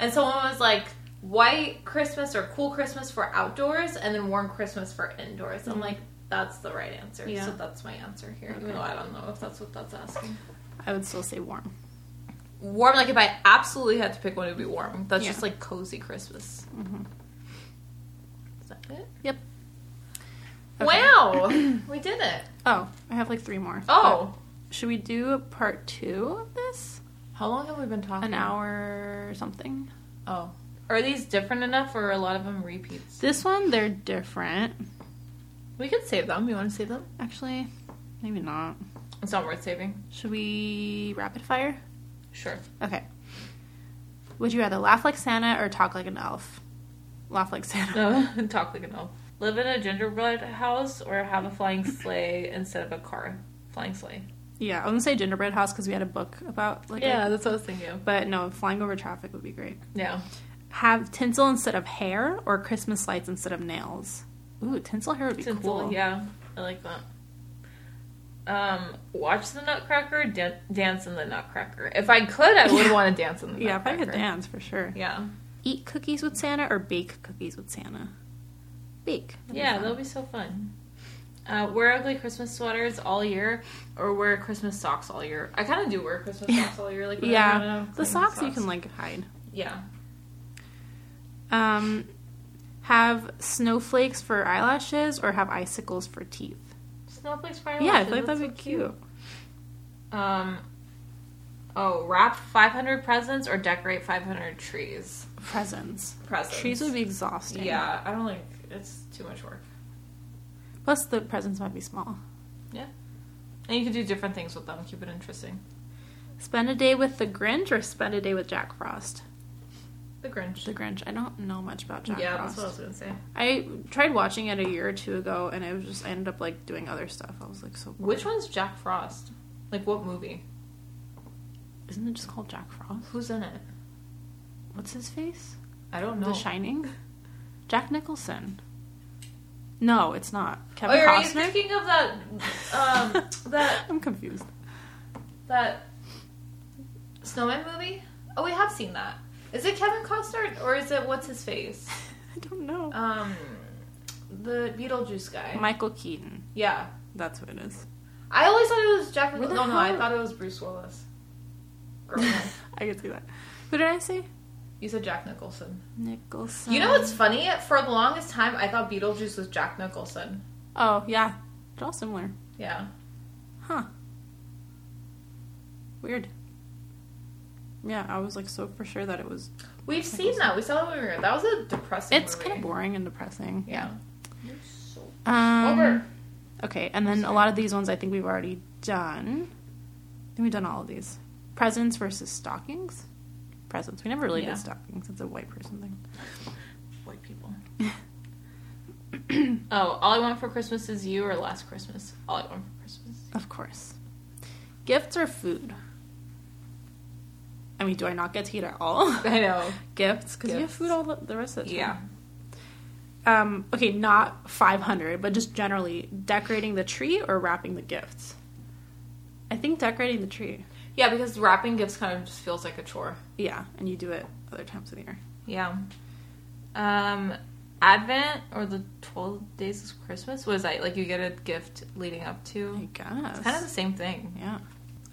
S2: And someone was like, white Christmas or cool Christmas for outdoors, and then warm Christmas for indoors. I'm like, that's the right answer.
S1: Yeah.
S2: So that's my answer here. Even though I don't know if that's what that's asking.
S1: I would still say warm.
S2: Warm, like if I absolutely had to pick one, it would be warm. That's
S1: Yeah.
S2: just like cozy Christmas. Is that it?
S1: Mm-hmm. Yep.
S2: Wow, we did it.
S1: Oh, I have like three more.
S2: Oh.
S1: But should we do a part two of this?
S2: How long have we been talking?
S1: An hour or something?
S2: Oh. Are these different enough, or are a lot of them repeats?
S1: This one, they're different.
S2: We could save them. You want to save them?
S1: Actually, maybe not.
S2: It's not worth saving.
S1: Should we rapid fire?
S2: Sure.
S1: Okay. Would you rather laugh like Santa or talk like an elf? Laugh like Santa.
S2: No, talk like an elf. Live in a gingerbread house, or have a flying sleigh instead of a car. Flying sleigh.
S1: Yeah, I'm gonna say gingerbread house because we had a book about like.
S2: yeah,
S1: it.
S2: that's what I was thinking.
S1: but no, flying over traffic would be great.
S2: Yeah.
S1: Have tinsel instead of hair or Christmas lights instead of nails. Ooh, tinsel hair would be
S2: Tinsel,
S1: cool.
S2: yeah. I like that. Um, watch the Nutcracker, dan- dance in the Nutcracker. If I could, I would
S1: Yeah.
S2: want to dance in the
S1: Yeah, if I
S2: Nutcracker.
S1: could dance for sure.
S2: Yeah.
S1: Eat cookies with Santa or bake cookies with Santa. Bake. That'd be
S2: Yeah,
S1: fun.
S2: that'll be so fun. Uh, wear ugly Christmas sweaters all year, or wear Christmas socks all year. I kind of do wear Christmas socks all year. Like when I'm
S1: yeah.
S2: gonna clean
S1: The socks, you can like hide.
S2: Yeah.
S1: Um, have snowflakes for eyelashes or have icicles for teeth.
S2: Snowflakes for
S1: yeah, I
S2: eyelashes,
S1: feel like that'd be
S2: that's so
S1: cute.
S2: Um. Oh, wrap 500 presents or decorate 500 trees.
S1: Presents.
S2: Presents.
S1: Trees would be exhausting.
S2: Yeah, I don't like. It's too much work.
S1: Plus, the presents might be small.
S2: Yeah. And you can do different things with them. Keep it interesting.
S1: Spend a day with the Grinch or spend a day with Jack Frost.
S2: The Grinch.
S1: The Grinch. I don't know much about Jack
S2: yeah,
S1: Frost.
S2: that's what I was gonna say.
S1: I tried watching it a year or two ago, and I was just I ended up like doing other stuff. I was like, so bored.
S2: Which one's Jack Frost? Like what movie?
S1: isn't it just called Jack Frost?
S2: Who's in it?
S1: What's his face?
S2: I don't know.
S1: The Shining. Jack Nicholson. No, it's not
S2: oh,
S1: Kevin
S2: are you
S1: Costner.
S2: thinking of that? Um, that
S1: I'm confused.
S2: that snowman movie? Oh, we have seen that. Is it Kevin Costner or is it what's his face?
S1: I don't know.
S2: Um, the Beetlejuice guy.
S1: Michael Keaton.
S2: yeah,
S1: That's what it is.
S2: I always thought it was Jack.
S1: Where the
S2: no, no, I
S1: hell-
S2: thought it was Bruce Willis. Girl, no.
S1: I could see that. Who did I say?
S2: you said Jack Nicholson.
S1: Nicholson.
S2: You know what's funny? For the longest time, I thought Beetlejuice was Jack Nicholson.
S1: Oh yeah, they're all similar.
S2: Yeah.
S1: Huh. Weird. Yeah, I was like so for sure that it was.
S2: We've seen that. We saw that when we were. That was a depressing.
S1: It's
S2: movie.
S1: kind of boring and depressing.
S2: Yeah.
S1: Um,
S2: Over.
S1: Okay, and then a lot of these ones I think we've already done. I think we've done all of these. Presents versus stockings. Presents. We never really
S2: Yeah.
S1: did stockings. It's a white person thing.
S2: White people. oh, all I want for Christmas is you or last Christmas. All I want for Christmas.
S1: Of course. Gifts or food? I mean, do I not get to eat at all?
S2: I know.
S1: Gifts, because you have
S2: Gifts.
S1: food all the, the rest of the time.
S2: Yeah.
S1: Um, okay, not 500, but just generally decorating the tree or wrapping the gifts. I think decorating the tree.
S2: Yeah, because wrapping gifts kind of just feels like a chore.
S1: Yeah, and you do it other times of the year.
S2: Yeah. Um, Advent or the twelve days of Christmas was that like you get a gift leading up
S1: I
S2: to.
S1: guess.
S2: It's kind of the same thing.
S1: Yeah.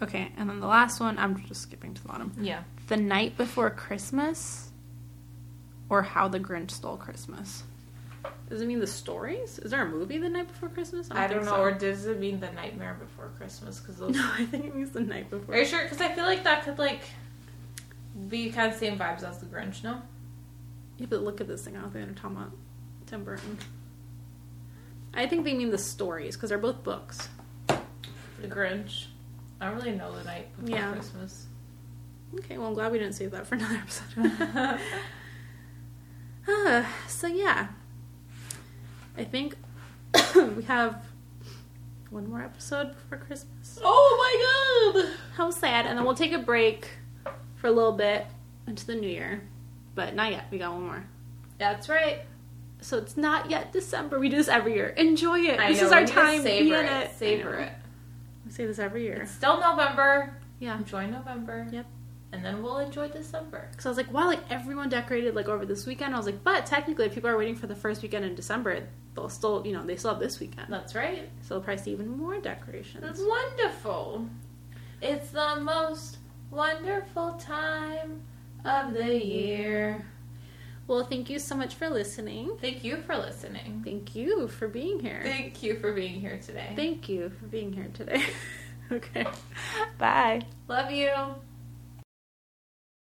S1: Okay, and then the last one, I'm just skipping to the bottom.
S2: Yeah.
S1: The night before Christmas or how the Grinch stole Christmas. Does it mean the stories? Is there a movie the night before Christmas?
S2: I don't,
S1: think
S2: know,
S1: so.
S2: or does it mean the nightmare before Christmas? Because those
S1: No, I think it means the night
S2: Are you
S1: before.
S2: sure? Because I feel like that could like be kind of same vibes as the Grinch. No,
S1: Yeah, but look at this thing. I don't think they're talking about Tim Burton. I think they mean the stories because they're both books.
S2: the Grinch. I don't really know the night before
S1: Yeah.
S2: Christmas.
S1: Okay, well, I'm glad we didn't save that for another episode. Uh, so yeah, I think we have one more episode before Christmas.
S2: oh my God!
S1: How sad! And then we'll take a break for a little bit into the new year, but not yet. We got one more.
S2: That's right.
S1: So it's not yet December. We do this every year. Enjoy it.
S2: I
S1: this
S2: know,
S1: is
S2: we
S1: our
S2: need to
S1: time. Be
S2: Savor
S1: in
S2: it.
S1: it.
S2: Savor
S1: I know.
S2: it.
S1: We say this every year.
S2: It's still November.
S1: yeah.
S2: Enjoy November.
S1: Yep.
S2: And then we'll enjoy December.
S1: Because I was like, wow, like everyone decorated like over this weekend. I was like, but technically, if people are waiting for the first weekend in December, they'll still, you know, they still have this weekend.
S2: That's right.
S1: So they'll probably see even more decorations.
S2: That's wonderful. It's the most wonderful time of the year.
S1: Well, thank you so much for listening.
S2: Thank you for listening.
S1: Thank you for being here.
S2: Thank you for being here today.
S1: Thank you for being here today. okay. Bye.
S2: Love you.